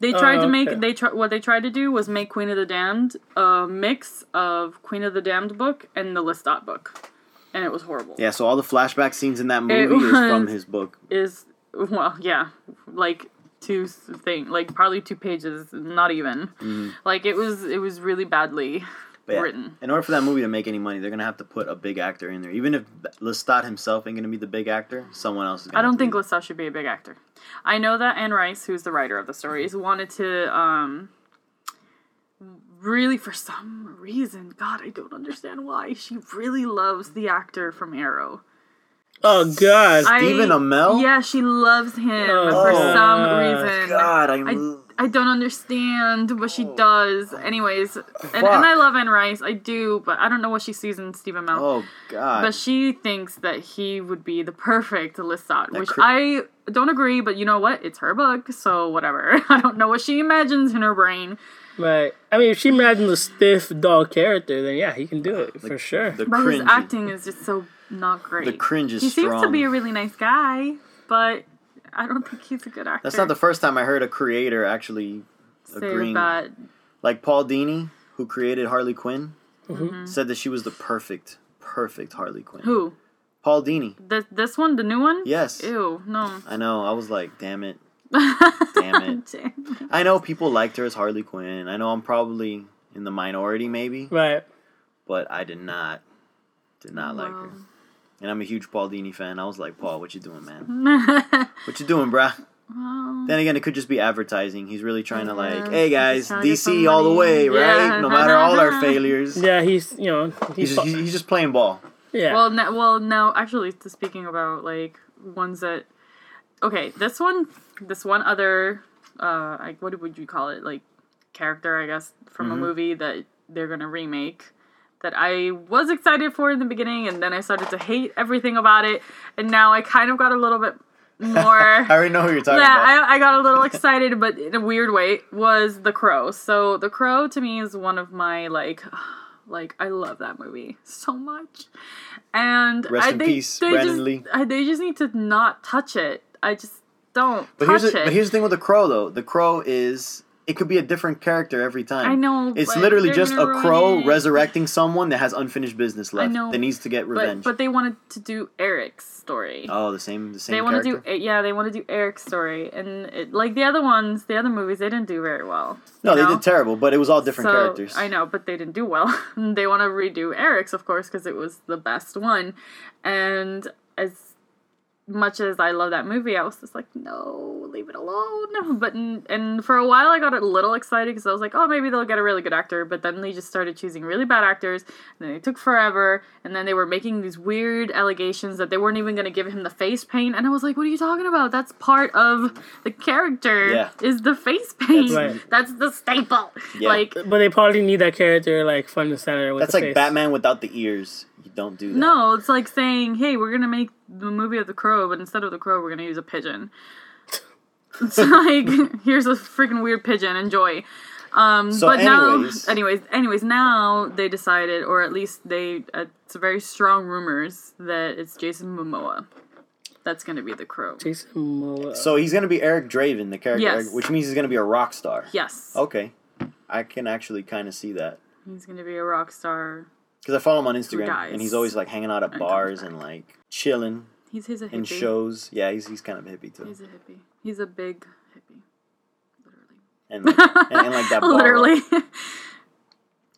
Speaker 3: They tried to make
Speaker 1: okay.
Speaker 3: they try, what they tried to do was make Queen of the Damned a mix of Queen of the Damned book and the Lestat book, and it was horrible.
Speaker 2: yeah, so all the flashback scenes in that movie is from
Speaker 3: was-
Speaker 2: his book.
Speaker 3: Is well, yeah, like two s- thing, like probably two pages, not even.
Speaker 2: Mm-hmm.
Speaker 3: Like it was it was really badly
Speaker 2: But yeah,
Speaker 3: written.
Speaker 2: In order for that movie to make any money, they're gonna have to put a big actor in there. Even if Lestat himself ain't gonna be the big actor, someone else is. Gonna
Speaker 3: I don't
Speaker 2: have to
Speaker 3: think
Speaker 2: be.
Speaker 3: Lestat should be a big actor. I know that Anne Rice, who's the writer of the stories,
Speaker 2: Mm-hmm.
Speaker 3: wanted to um, really, for some reason, God, I don't understand why, she really loves the actor from Arrow.
Speaker 1: Oh God.
Speaker 3: I-
Speaker 2: Stephen Amell?
Speaker 3: Yeah, she loves him for
Speaker 2: Oh,
Speaker 3: some reason.
Speaker 2: God, I'm.
Speaker 3: I, I don't understand what she
Speaker 2: Oh.
Speaker 3: does. Anyways, and, and I love Anne Rice, I do, but I don't know what she sees in Stephen Amell.
Speaker 2: oh God.
Speaker 3: But she thinks that he would be the perfect Lestat, which
Speaker 2: cr-
Speaker 3: I don't agree, but you know what? It's her book, so whatever. I don't know what she imagines in her brain.
Speaker 1: Right. I mean, if she imagines a stiff, dull character, then yeah, he can do it for sure.
Speaker 2: the
Speaker 3: But his
Speaker 2: cringy-
Speaker 3: acting is just so not great.
Speaker 2: The cringe is
Speaker 3: He seems to
Speaker 2: strong.
Speaker 3: be a really nice guy, but I don't think he's a good actor.
Speaker 2: That's not the first time I heard a creator actually
Speaker 3: Say
Speaker 2: agreeing.
Speaker 3: that.
Speaker 2: Like Paul Dini, who created Harley Quinn, said that she was the perfect, perfect Harley Quinn.
Speaker 3: Mm-hmm. Who?
Speaker 2: Paul Dini.
Speaker 3: This this one, the new one?
Speaker 2: Yes.
Speaker 3: Ew, no.
Speaker 2: I know. I was like, damn it. damn it.
Speaker 3: Damn.
Speaker 2: I know people liked her as Harley Quinn. I know I'm probably in the minority, maybe,
Speaker 1: Right.
Speaker 2: but I did not, did not like her.
Speaker 3: Wow.
Speaker 2: And I'm a huge Paul Dini fan. I was like, Paul, what you doing,
Speaker 3: Mm-hmm.
Speaker 2: man? What you doing, bruh?
Speaker 3: Well,
Speaker 2: Then again, it could just be advertising. He's really trying to like,
Speaker 3: Yeah.
Speaker 2: hey guys,
Speaker 3: He's trying to get some
Speaker 2: DC all the way,
Speaker 3: money.
Speaker 2: right?
Speaker 3: Yeah.
Speaker 2: No matter all our failures,
Speaker 1: Yeah, he's you know
Speaker 2: he's
Speaker 1: he's,
Speaker 2: just, he's, he's just playing ball.
Speaker 1: yeah.
Speaker 3: Well, no, well, no. Actually, to speaking about like ones that, okay, this one, this one other, uh, I, what would you call it? Like character, I guess, from a movie that they're gonna remake. That I was excited for in the beginning, and then I started to hate everything about it, and now I kind of got a little bit more.
Speaker 2: I already know who you're talking about.
Speaker 3: Yeah, I, I got a little excited, but in a weird way, was The Crow. So The Crow to me is one of my like, like I love that movie so much, and
Speaker 2: Rest
Speaker 3: I
Speaker 2: in
Speaker 3: think
Speaker 2: peace,
Speaker 3: they
Speaker 2: Brandon
Speaker 3: just,
Speaker 2: Lee.
Speaker 3: I, they just need to not touch it. I just don't
Speaker 2: but
Speaker 3: touch
Speaker 2: here's the,
Speaker 3: it.
Speaker 2: but here's the thing with the crow though. The crow is it could be a different character every time.
Speaker 3: I know,
Speaker 2: It's
Speaker 3: but
Speaker 2: literally
Speaker 3: they're
Speaker 2: just
Speaker 3: gonna
Speaker 2: a
Speaker 3: ruin
Speaker 2: crow
Speaker 3: it.
Speaker 2: resurrecting someone that has unfinished business left
Speaker 3: know,
Speaker 2: that needs to get
Speaker 3: but
Speaker 2: revenge.
Speaker 3: but they wanted to do Eric's story.
Speaker 2: oh, the same the same
Speaker 3: they want to
Speaker 2: character.
Speaker 3: do yeah they want to do Eric's story and it, like the other ones the other movies they didn't do very well.
Speaker 2: no,
Speaker 3: you
Speaker 2: they
Speaker 3: know?
Speaker 2: did terrible, but it was all different
Speaker 3: so,
Speaker 2: characters.
Speaker 3: I know, but they didn't do well. they want to redo Eric's, of course, because it was the best one. And as much as I love that movie, I was just like, no, leave it alone. But n- and for a while, I got a little excited because I was like, oh, maybe they'll get a really good actor. But then they just started choosing really bad actors, and then they took forever. And then they were making these weird allegations that they weren't even going to give him the face paint. And I was like, what are you talking about? That's part of the character.
Speaker 2: Yeah.
Speaker 3: Is the face paint?
Speaker 1: That's- Right.
Speaker 3: That's the staple.
Speaker 2: Yeah.
Speaker 3: Like
Speaker 1: but they probably need that character like front and center with
Speaker 2: That's
Speaker 1: the
Speaker 2: like
Speaker 1: face.
Speaker 2: Batman without the ears. You don't do that.
Speaker 3: No, it's like saying, "Hey, we're gonna make the movie of the crow, but instead of the crow, we're gonna use a pigeon." It's like here's a freaking weird pigeon. Enjoy. Um,
Speaker 2: So
Speaker 3: but
Speaker 2: anyways-
Speaker 3: now, anyways, anyways, now they decided, or at least they, uh, it's very strong rumors that it's Jason Momoa that's gonna be the crow.
Speaker 1: Jason Momoa.
Speaker 2: So he's gonna be Eric Draven, the character,
Speaker 3: Yes.
Speaker 2: Eric- which means he's gonna be a rock star.
Speaker 3: Yes,
Speaker 2: Okay, I can actually kind of see that
Speaker 3: he's gonna be a rock star.
Speaker 2: because I follow him on Instagram,
Speaker 3: dies
Speaker 2: and he's always like hanging out at
Speaker 3: and
Speaker 2: bars
Speaker 3: comes
Speaker 2: and like chilling
Speaker 3: He's he's a hippie.
Speaker 2: in shows. Yeah, he's he's kind of hippie too,
Speaker 3: He's a hippie. He's a big hippie. Literally.
Speaker 2: and like, and, and, like that bar. rock.
Speaker 3: Literally.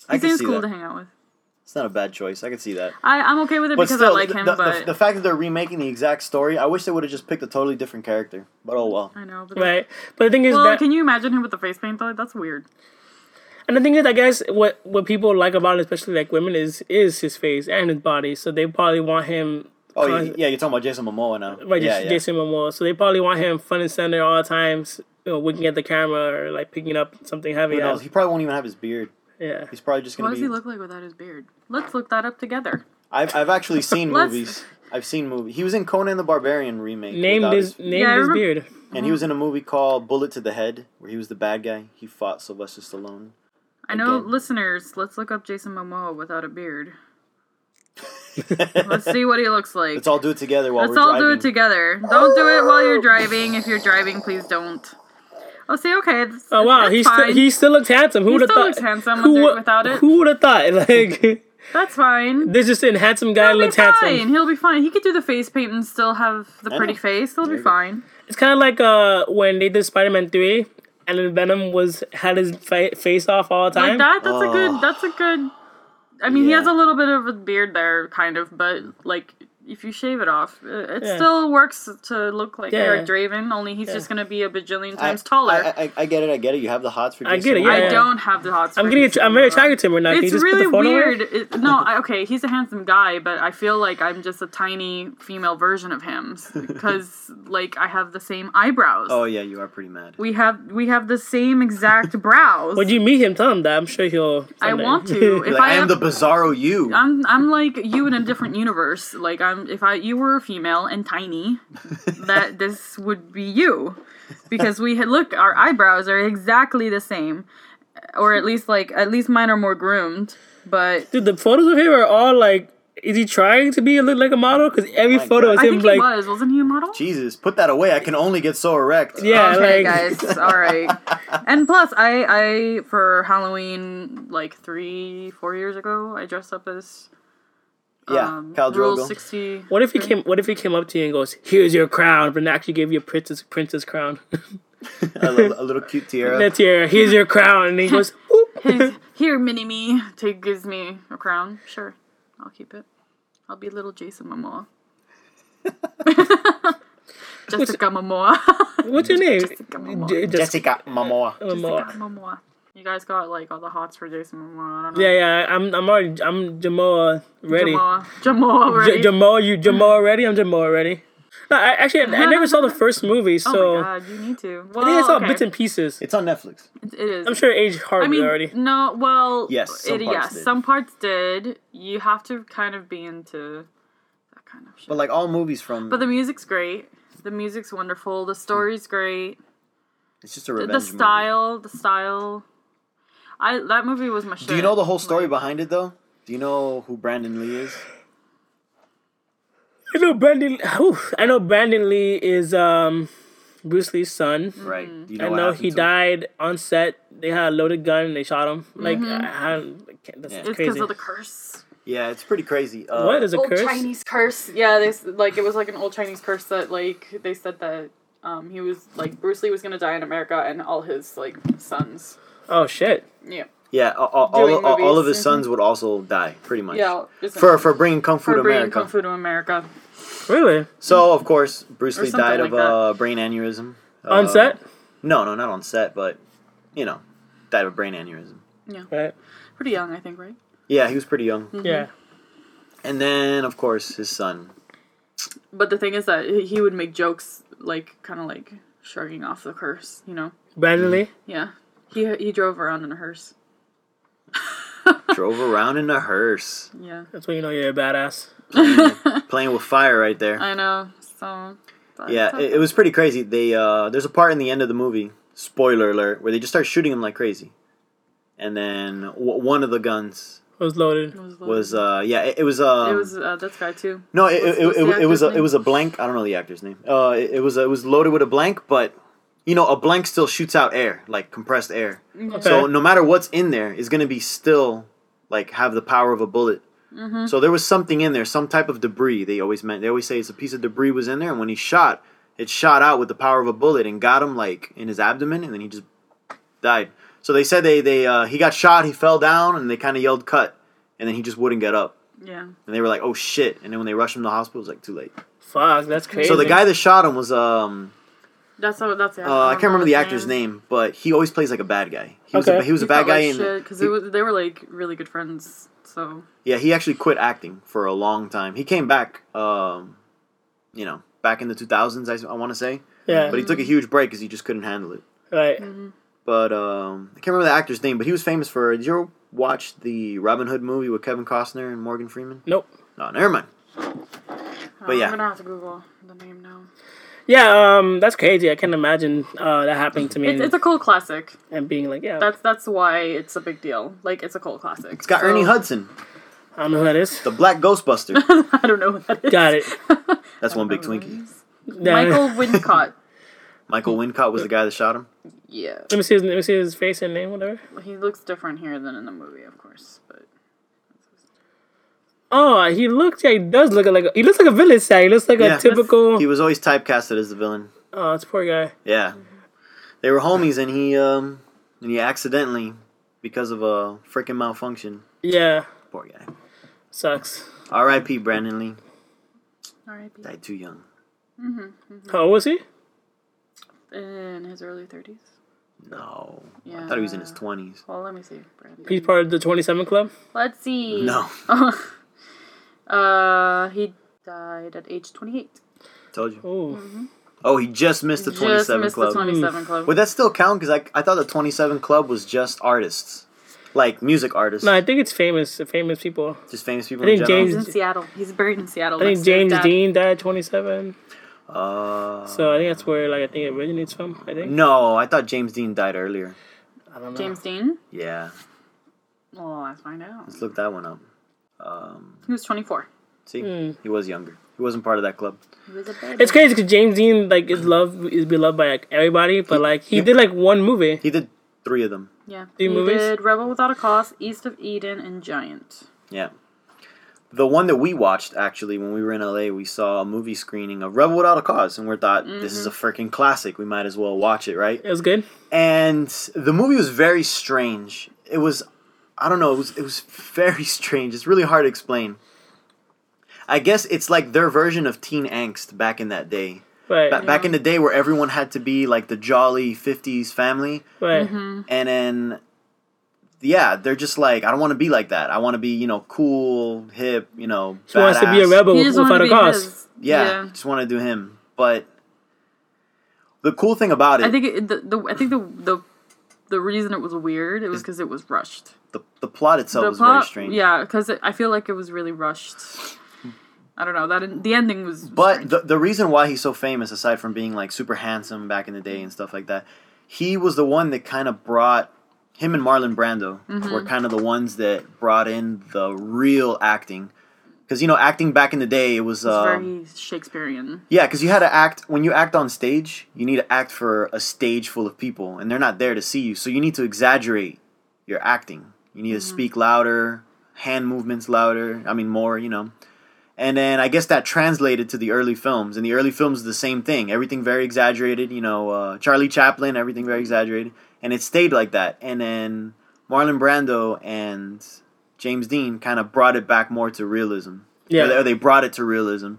Speaker 2: I
Speaker 3: he
Speaker 2: can
Speaker 3: seems
Speaker 2: see
Speaker 3: cool
Speaker 2: that.
Speaker 3: to hang out with.
Speaker 2: It's not a bad choice. I can see that.
Speaker 3: I, I'm okay with it
Speaker 2: But
Speaker 3: because
Speaker 2: still,
Speaker 3: I like
Speaker 2: the-
Speaker 3: him,
Speaker 2: the,
Speaker 3: but
Speaker 2: the, the fact that they're remaking the exact story, I wish they would have just picked a totally different character. But oh well.
Speaker 3: I know. But
Speaker 1: right? But the thing is
Speaker 3: Well,
Speaker 1: that,
Speaker 3: can you imagine him with the face paint though? That's weird.
Speaker 1: and the thing is, I guess what what people like about, it, especially like women, is is his face and his body. So they probably want him.
Speaker 2: Oh
Speaker 1: cons-
Speaker 2: yeah, yeah, you're talking about Jason Momoa now.
Speaker 1: Right,
Speaker 2: yeah,
Speaker 1: just
Speaker 2: yeah.
Speaker 1: Jason Momoa. So they probably want him front and center all the times, you know, winking at the camera or like picking up something heavy.
Speaker 2: Who
Speaker 1: Yeah,
Speaker 2: knows? He probably won't even have his beard.
Speaker 1: yeah.
Speaker 2: He's probably just
Speaker 3: What
Speaker 2: gonna
Speaker 3: does
Speaker 2: be.
Speaker 3: he look like without his beard? Let's look that up together.
Speaker 2: I've I've actually seen
Speaker 3: Let's-
Speaker 2: movies. I've seen movies. He was in Conan the Barbarian remake.
Speaker 1: Name
Speaker 2: without
Speaker 1: this
Speaker 2: his-
Speaker 1: name
Speaker 3: Yeah, I
Speaker 1: this
Speaker 3: remem-
Speaker 1: beard.
Speaker 2: and he was in a movie called Bullet to the Head, where he was the bad guy. He fought Sylvester Stallone.
Speaker 3: I know,
Speaker 2: Again.
Speaker 3: listeners. Let's look up Jason Momoa without a beard. Let's see what he looks like.
Speaker 2: Let's all do it together while
Speaker 3: Let's
Speaker 2: we're
Speaker 3: all
Speaker 2: driving.
Speaker 3: do it together. Don't do it while you're driving. If you're driving, please don't. Oh, see, okay. that's-
Speaker 1: Oh wow,
Speaker 3: that's
Speaker 1: he
Speaker 3: fine.
Speaker 1: still he still looks handsome. Who would have
Speaker 3: still
Speaker 1: thought?
Speaker 3: looks handsome
Speaker 1: who
Speaker 3: with it-
Speaker 1: would-
Speaker 3: without it.
Speaker 1: Who would have thought? Like
Speaker 3: That's fine.
Speaker 1: this just in handsome guy
Speaker 3: He'll be
Speaker 1: looks
Speaker 3: fine.
Speaker 1: handsome.
Speaker 3: He'll be fine. He could do the face paint and still have the
Speaker 2: I
Speaker 3: pretty
Speaker 2: know.
Speaker 3: face. He'll
Speaker 2: There
Speaker 3: be
Speaker 2: you go.
Speaker 3: fine.
Speaker 1: It's kind of like uh when they did Spider Man three, and then Venom was had his fa- face off all the
Speaker 3: Like
Speaker 1: time.
Speaker 3: that. That's a
Speaker 2: Oh.
Speaker 3: good. That's a good. I mean, he
Speaker 2: Yeah.
Speaker 3: has a little bit of a beard there, kind of, but like if you shave it off, it, it
Speaker 1: Yeah.
Speaker 3: still works to look like
Speaker 1: Yeah.
Speaker 3: Eric Draven. Only he's just gonna be a bajillion times taller.
Speaker 2: I, I, I get it. I get it. You have the hots for.
Speaker 1: I
Speaker 2: Jason
Speaker 1: get it,
Speaker 2: Momoa.
Speaker 1: yeah.
Speaker 3: I don't have the hot.
Speaker 1: I'm getting.
Speaker 3: springs
Speaker 1: Att- I'm very
Speaker 3: anymore.
Speaker 1: attracted to him right now. Can you
Speaker 3: It's
Speaker 1: just
Speaker 3: really
Speaker 1: put the phone away?
Speaker 3: weird. It, no, I, okay, he's a handsome guy, but I feel like I'm just a tiny female version of him because, like, I have the same eyebrows.
Speaker 2: Oh yeah, you are pretty mad.
Speaker 3: We have we have the same exact brows.
Speaker 1: Would you meet him? Tell him that. I'm sure he'll.
Speaker 3: I
Speaker 1: someday.
Speaker 3: want to.
Speaker 2: You're
Speaker 3: If
Speaker 2: like, I
Speaker 3: I
Speaker 2: am
Speaker 3: have,
Speaker 2: the Bizarro you.
Speaker 3: I'm I'm like you in a different universe. Like I'm if I you were a female and tiny, that this would be you, because we had look our eyebrows are exactly the same, or at least like at least mine are more groomed. But
Speaker 1: Dude, the photos of him are all like. Is he trying to be a look like a model? Because every
Speaker 2: Oh my
Speaker 1: photo
Speaker 2: God.
Speaker 1: is
Speaker 3: I
Speaker 1: him
Speaker 3: think he
Speaker 1: like.
Speaker 3: was. Wasn't he a model?
Speaker 2: Jesus, put that away. I can only get so erect.
Speaker 1: Yeah,
Speaker 3: okay,
Speaker 1: like.
Speaker 3: guys, all right. And plus, I I for Halloween like three four years ago, I dressed up as
Speaker 2: yeah.
Speaker 3: um,
Speaker 2: Khal
Speaker 3: Rule
Speaker 2: Drogo.
Speaker 3: sixty.
Speaker 1: What if he came? What if he came up to you and goes, "Here's your crown," but actually gave you a princess princess crown?
Speaker 2: a, little, a little cute tiara.
Speaker 1: That's your. Here's your crown, and he goes, "Boop."
Speaker 3: Here, mini me, take gives me a crown. Sure, I'll keep it. I'll be little Jason Momoa. Jessica Momoa.
Speaker 1: "What's your name?"
Speaker 3: Jessica Momoa.
Speaker 1: J- just-
Speaker 2: Jessica Momoa.
Speaker 3: Jessica
Speaker 1: Momoa.
Speaker 3: Momoa. You guys got like all the hots for Jason Momoa. I don't know.
Speaker 1: Yeah, yeah. I'm. I'm already. I'm Jamoa ready.
Speaker 3: Jamoa. Jamoa
Speaker 1: J-
Speaker 3: already.
Speaker 1: Jamoa, you Jamoa ready? I'm Jamoa ready. No, I, actually, I, I never saw the first movie,
Speaker 3: oh
Speaker 1: so
Speaker 3: my god, you need to. Well,
Speaker 1: I think I saw
Speaker 3: okay.
Speaker 1: bits and pieces.
Speaker 2: It's on Netflix.
Speaker 3: It is.
Speaker 1: I'm sure Age Harvey
Speaker 3: I mean,
Speaker 1: already.
Speaker 3: no. Well,
Speaker 2: Yes, some
Speaker 3: it,
Speaker 2: parts
Speaker 3: yes,
Speaker 2: did.
Speaker 3: some parts did. You have to kind of be into that kind of shit.
Speaker 2: But like all movies from,
Speaker 3: But the music's great. The music's wonderful. The story's great.
Speaker 2: it's just a
Speaker 3: The,
Speaker 2: revenge.
Speaker 3: the
Speaker 2: movie.
Speaker 3: style, the style. I that movie was my shit.
Speaker 2: Do you know the whole story behind it though? Do you know who Brandon Lee is?
Speaker 3: Mm-hmm.
Speaker 1: I know Brandon. whew, I know Brandon Lee is um, Bruce Lee's son.
Speaker 3: Mm-hmm.
Speaker 2: Right. Do you know
Speaker 1: I
Speaker 2: what
Speaker 1: know
Speaker 2: happened
Speaker 1: he
Speaker 2: to him?
Speaker 1: died on set. They had a loaded gun and they shot him. Like, I, I, can't- that's
Speaker 2: Yeah.
Speaker 3: Mm-hmm. It's because
Speaker 1: crazy.
Speaker 3: of the curse.
Speaker 2: Yeah, it's pretty crazy. Uh,
Speaker 1: what is a
Speaker 3: old
Speaker 1: curse?
Speaker 3: Chinese curse. Yeah, they s- like it was like an old Chinese curse that like they said that um he was like Bruce Lee was gonna die in America and all his like sons.
Speaker 1: Oh shit!
Speaker 3: Yeah.
Speaker 2: Yeah, all, all, all,
Speaker 3: Doing
Speaker 2: all- all of
Speaker 3: movies. mm-hmm.
Speaker 2: his sons would also die, pretty much.
Speaker 3: Yeah. just-
Speaker 2: For for bringing kung fu
Speaker 3: for
Speaker 2: to
Speaker 3: bringing
Speaker 2: America.
Speaker 3: kung fu to America.
Speaker 1: Really?
Speaker 2: So of course Bruce
Speaker 3: Or
Speaker 2: Lee
Speaker 3: something
Speaker 2: died
Speaker 3: like
Speaker 2: of uh, brain aneurysm.
Speaker 1: on
Speaker 2: Uh,
Speaker 1: set?
Speaker 2: No, no, not on set, but you know, died of brain aneurysm.
Speaker 1: Right.
Speaker 3: Pretty young, I think, right?
Speaker 2: Yeah, he was pretty
Speaker 3: Hmm.
Speaker 2: young.
Speaker 1: Yeah.
Speaker 2: And then of course his son.
Speaker 3: But the thing is that he he would make jokes like kind of like shrugging off the curse, you know?
Speaker 1: Brandon Lee.
Speaker 3: Yeah. He he drove around in a hearse.
Speaker 2: Drove around in a hearse,
Speaker 3: Yeah.
Speaker 1: That's when you know you're a badass.
Speaker 2: playing with fire right there.
Speaker 3: I know. So that's
Speaker 2: Yeah,
Speaker 3: okay.
Speaker 2: it, it was pretty crazy. They uh, there's a part in the end of the movie, spoiler alert, where they just start shooting him like crazy, and then w- one of the guns
Speaker 1: It was loaded.
Speaker 3: It was,
Speaker 2: was uh, yeah, it, it was um,
Speaker 3: it was uh, this guy too.
Speaker 2: no, it, it, it,
Speaker 3: what's the
Speaker 2: it, was
Speaker 3: actor's
Speaker 2: a, it
Speaker 3: name?
Speaker 2: was a blank. I don't know the actor's name. Uh, it, it was a, it was loaded with a blank, but you know a blank still shoots out air, like compressed air.
Speaker 1: Okay.
Speaker 2: So no matter what's in there, is going to be still like have the power of a bullet.
Speaker 3: Mm-hmm.
Speaker 2: So there was something in there, some type of debris. They always meant they always say it's a piece of debris was in there, and when he shot, it shot out with the power of a bullet and got him like in his abdomen, and then he just died. So they said they they uh, he got shot, he fell down, and they kind of yelled cut, and then he just wouldn't get up.
Speaker 3: Yeah.
Speaker 2: And they were like, "Oh shit!" And then when they rushed him to the hospital, it was like too late.
Speaker 1: Fuck, that's crazy.
Speaker 2: So the guy that shot him was um
Speaker 3: That's how. That's it.
Speaker 2: uh, I can't remember the actor's name, but he always plays like a bad guy. He was a,
Speaker 1: Okay.
Speaker 2: he was a bad guy, and
Speaker 3: because they were like really good friends. So
Speaker 2: yeah, he actually quit acting for a long time. He came back, um, you know, back in the two thousands, I, want to say,
Speaker 1: yeah,
Speaker 2: but he took a huge break because he just couldn't handle it.
Speaker 1: right.
Speaker 2: But um, I can't remember the actor's name, but he was famous for. Did you ever watch the Robin Hood movie with Kevin Costner and Morgan Freeman?
Speaker 1: Nope.
Speaker 2: No, never mind. But yeah.
Speaker 3: I'm gonna have to Google the name now.
Speaker 1: Yeah, um, that's crazy. I can imagine uh, that happening to me
Speaker 3: It's,
Speaker 1: and,
Speaker 3: it's a cult classic.
Speaker 1: and being like, yeah,
Speaker 3: That's that's why it's a big deal. Like it's a cult classic.
Speaker 2: It's got Ernie Hudson,
Speaker 1: I don't know who that is.
Speaker 2: the Black Ghostbuster.
Speaker 3: I don't know what that is.
Speaker 1: Got it.
Speaker 2: That's one big Twinkie.
Speaker 1: Yeah.
Speaker 3: Michael Wincott.
Speaker 2: Michael
Speaker 1: Mm-hmm.
Speaker 2: Wincott was the guy that shot him.
Speaker 3: Yeah.
Speaker 1: Let me see. His, let me see his face and name, whatever.
Speaker 3: He looks different here than in the movie, of course. But
Speaker 1: Oh, he looks. Yeah, he does look like. A, he looks like a villain. Side. He looks like
Speaker 2: Yeah.
Speaker 1: a typical.
Speaker 2: He was always typecasted as the villain.
Speaker 1: oh, it's poor guy.
Speaker 2: Yeah, they were homies, and he um and he accidentally, because of a freaking malfunction,
Speaker 1: Yeah,
Speaker 2: poor guy.
Speaker 1: sucks.
Speaker 2: R.I.P. Brandon Lee
Speaker 3: R.I.P.
Speaker 2: died too young.
Speaker 1: How old was he?
Speaker 3: In his early thirties.
Speaker 2: No, I thought he was in his twenties.
Speaker 3: Well, let me see. Brandon.
Speaker 1: He's part of the Twenty Seven Club.
Speaker 3: Let's see.
Speaker 2: No,
Speaker 3: uh, he died at age 28.
Speaker 2: told you.
Speaker 1: Oh,
Speaker 2: Oh, he just missed the
Speaker 3: Just
Speaker 2: twenty-seven
Speaker 3: missed
Speaker 2: club.
Speaker 3: the 27 club.
Speaker 2: Would that still count? Because I I thought the twenty-seven club was just artists, like music artists,
Speaker 1: no, I think it's famous. Famous people.
Speaker 2: just famous people.
Speaker 1: I think
Speaker 2: in general.
Speaker 1: James-
Speaker 3: He's in Seattle. He's buried in Seattle.
Speaker 1: I think James Dean died twenty seven.
Speaker 2: Uh,
Speaker 1: So I think that's where like I think it originates from. I think.
Speaker 2: no, I thought James Dean died earlier.
Speaker 1: I don't know.
Speaker 3: James Dean?
Speaker 2: Yeah,
Speaker 3: Well, let's find out.
Speaker 2: let's look that one up.
Speaker 3: He was 24.
Speaker 2: See, he was younger. He wasn't part of that club.
Speaker 3: He was a baby.
Speaker 1: It's crazy because James Dean like is loved is beloved by like everybody, but like he did like one movie.
Speaker 2: He did three of them.
Speaker 3: yeah.
Speaker 1: Three
Speaker 3: He
Speaker 1: movies?
Speaker 3: did Rebel Without a Cause, East of Eden, and Giant.
Speaker 2: Yeah. The one that we watched actually when we were in LA, we saw a movie screening of Rebel Without a Cause, and we thought this is a freaking classic. We might as well watch it, right?
Speaker 1: It was good.
Speaker 2: And the movie was very strange. It was, I don't know, it was it was very strange. It's really hard to explain. I guess it's like their version of teen angst back in that day.
Speaker 1: Right.
Speaker 2: Ba- Back in the day where everyone had to be like the jolly 50s family,
Speaker 1: Right.
Speaker 3: Mm-hmm.
Speaker 2: and then yeah they're just like i don't want to be like that i want to be you know cool hip you know
Speaker 1: He wants to be a
Speaker 2: badass."
Speaker 1: rebel
Speaker 3: He just wanted
Speaker 1: without
Speaker 3: to
Speaker 1: a
Speaker 3: be
Speaker 1: cause.
Speaker 3: his.
Speaker 2: yeah, just want to do him but the cool thing about it
Speaker 3: I think it, the, the I think the the the reason it was weird it was because it was rushed.
Speaker 2: the, the plot itself
Speaker 3: The
Speaker 2: Oh, was very
Speaker 3: plot,
Speaker 2: strange
Speaker 3: yeah, because I feel like it was really rushed. I don't know that the ending was.
Speaker 2: but
Speaker 3: strange.
Speaker 2: the, the reason why he's so famous aside from being like super handsome back in the day and stuff like that he was the one that kind of brought him and marlon brando
Speaker 3: Mm-hmm.
Speaker 2: were kind of the ones that brought in the real acting because you know acting back in the day it was, um,
Speaker 3: very Shakespearean.
Speaker 2: Yeah, because you had to act when you act on stage. You need to act for a stage full of people, and they're not there to see you. So you need to exaggerate your acting. You need to speak louder, hand movements louder. I mean, more. You know. And then I guess that translated to the early films. And the early films, the same thing. Everything very exaggerated. You know, uh, Charlie Chaplin, everything very exaggerated. And it stayed like that. And then Marlon Brando and James Dean kind of brought it back more to realism.
Speaker 1: Yeah.
Speaker 2: Or they, or they brought it to realism.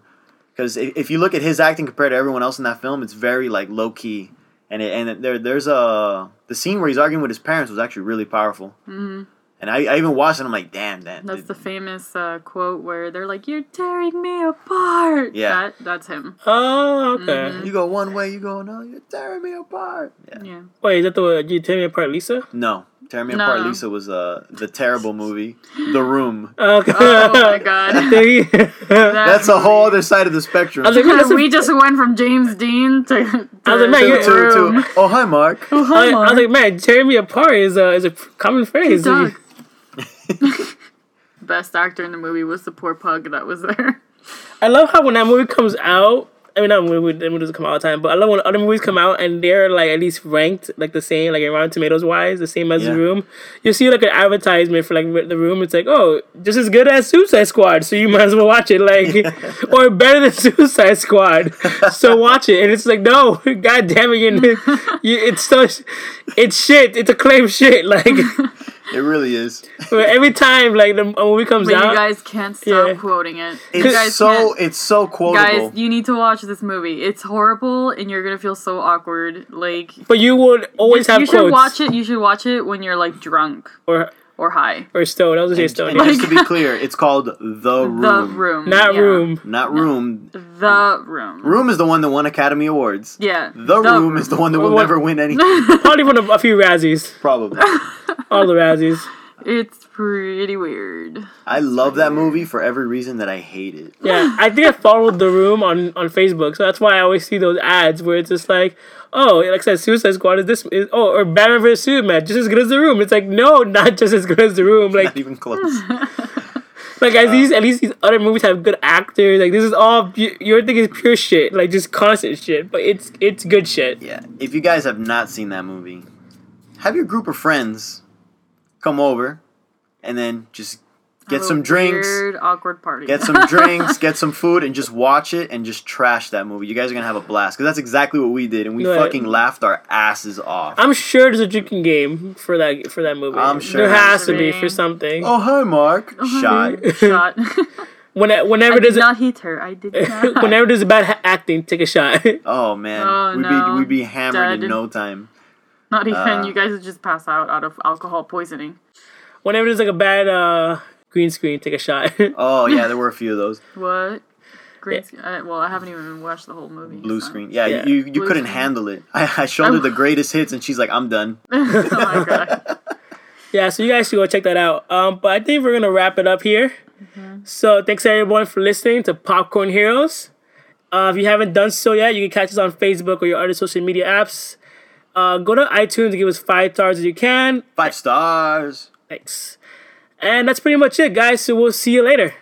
Speaker 2: Because if, if you look at his acting compared to everyone else in that film, it's very like low key. And it, and it- there there's a the scene where he's arguing with his parents was actually really powerful. Mm-hmm. And I, I even watched it. I'm like, damn, that.
Speaker 3: That's the famous uh, quote where they're like, "You're tearing me apart."
Speaker 2: Yeah.
Speaker 3: that, that's him.
Speaker 1: Oh, okay.
Speaker 3: Mm-hmm.
Speaker 2: You go one way, you go another. You're tearing me apart. Yeah.
Speaker 3: Yeah,
Speaker 1: Wait, is that the one you tear me apart, Lisa? Uh,
Speaker 2: No, tearing me
Speaker 3: No.
Speaker 2: apart. Lisa was uh the terrible movie, The Room.
Speaker 1: Okay.
Speaker 3: Oh my god.
Speaker 1: There you- I
Speaker 2: That's a whole other side of the spectrum.
Speaker 1: was like, oh, that's a-
Speaker 3: we just went from James Dean to. to
Speaker 1: I was like, man,
Speaker 2: To-
Speaker 1: you're,
Speaker 2: to- to- oh hi, Mark.
Speaker 1: I, I was like, man, tear me apart is a is a common phrase.
Speaker 3: Doug. Best actor in the movie was the poor pug that was there.
Speaker 1: I love how when that movie comes out, I mean, not movie, that movie doesn't come out all the time, but I love when other movies come out and they're like at least ranked like the same, like around Tomatoes wise, the same as
Speaker 2: Yeah.
Speaker 1: The Room. You see like an advertisement for like The Room, it's like, oh, just as good as Suicide Squad, so you might as well watch it, like, or better than Suicide Squad, so watch it. And it's like, no, god damn it, you, you, it's so, it's shit, it's acclaimed shit, like,
Speaker 2: It really is.
Speaker 1: Where every time like the movie comes
Speaker 3: But
Speaker 1: out,
Speaker 3: you guys can't stop
Speaker 1: Yeah.
Speaker 3: quoting it.
Speaker 2: It's
Speaker 3: you guys
Speaker 2: so
Speaker 3: can't-
Speaker 2: it's so quotable.
Speaker 3: guys, you need to watch this movie. It's horrible, and you're gonna feel so awkward. Like
Speaker 1: but you would always have
Speaker 3: you should
Speaker 1: quotes
Speaker 3: watch it. You should watch it when you're like drunk
Speaker 1: or
Speaker 3: or high.
Speaker 1: or stoned. I was gonna say stoned.
Speaker 2: and
Speaker 1: yeah.
Speaker 2: just to be clear, it's called the room,
Speaker 3: The room,
Speaker 1: Not
Speaker 3: yeah.
Speaker 1: room.
Speaker 2: not room.
Speaker 3: The room.
Speaker 2: Room is the one that won Academy Awards.
Speaker 3: Yeah.
Speaker 2: The, room is the one that will
Speaker 1: What-
Speaker 2: never win any.
Speaker 1: Probably one of a few Razzies.
Speaker 2: Probably.
Speaker 1: All the Razzies.
Speaker 3: It's pretty weird.
Speaker 2: I love that movie for every reason that I hate it.
Speaker 1: Yeah, I think I followed the room on, on Facebook, so that's why I always see those ads where it's just like, oh, like I said, Suicide Squad is this, is, oh, or Batman vs Superman, just as good as the room. It's like, no, not just as good as the room. Like,
Speaker 2: Not even close.
Speaker 1: like
Speaker 3: Uh.
Speaker 1: at least at least these other movies have good actors. Like this is all pu- your thing is pure shit, like just constant shit, but it's it's good shit.
Speaker 2: Yeah. If you guys have not seen that movie, have your group of friends come over and then just get
Speaker 3: Have a
Speaker 2: some drinks,
Speaker 3: Oh, Weird, awkward party.
Speaker 2: get some drinks, get some food, and just watch it and just trash that movie. You guys are going to have a blast because that's exactly what we did. And we
Speaker 1: Right.
Speaker 2: fucking laughed our asses off.
Speaker 1: I'm sure there's a drinking game for that for that movie.
Speaker 2: I'm sure
Speaker 1: there
Speaker 2: there's
Speaker 1: has to
Speaker 3: a
Speaker 1: be
Speaker 3: game.
Speaker 1: for something.
Speaker 2: oh, hi, Mark. Shot.
Speaker 3: shot.
Speaker 1: When, whenever
Speaker 3: I did
Speaker 1: there's
Speaker 3: not hit her. I did not.
Speaker 1: whenever there's bad ha- acting, take a shot.
Speaker 2: Oh, man.
Speaker 3: Oh,
Speaker 2: we'd,
Speaker 3: no.
Speaker 2: be, we'd be hammered in
Speaker 3: Dead.
Speaker 2: no time.
Speaker 3: Not even
Speaker 2: Uh,
Speaker 3: you guys would just pass out out of alcohol poisoning.
Speaker 1: whenever there's like a bad uh, green screen, take a shot.
Speaker 2: Oh, yeah, there were a few of those.
Speaker 3: What? Green sc- uh, well, I haven't even watched the whole movie. Oh
Speaker 2: Blue
Speaker 3: so-
Speaker 2: screen. Yeah,
Speaker 1: Yeah.
Speaker 2: you, you
Speaker 3: Blue
Speaker 2: couldn't
Speaker 3: screen.
Speaker 2: handle it. I, I showed her the greatest hits, and she's like, I'm done.
Speaker 3: oh my god.
Speaker 1: yeah, so you guys should go check that out. Um, but I think we're gonna wrap it up here. So thanks everyone for listening to Popcorn Heroes. Uh, if you haven't done so yet, you can catch us on Facebook or your other social media apps. Uh, go to iTunes and give us five stars if you can.
Speaker 2: Five stars.
Speaker 1: Thanks. And that's pretty much it, guys. So we'll see you later.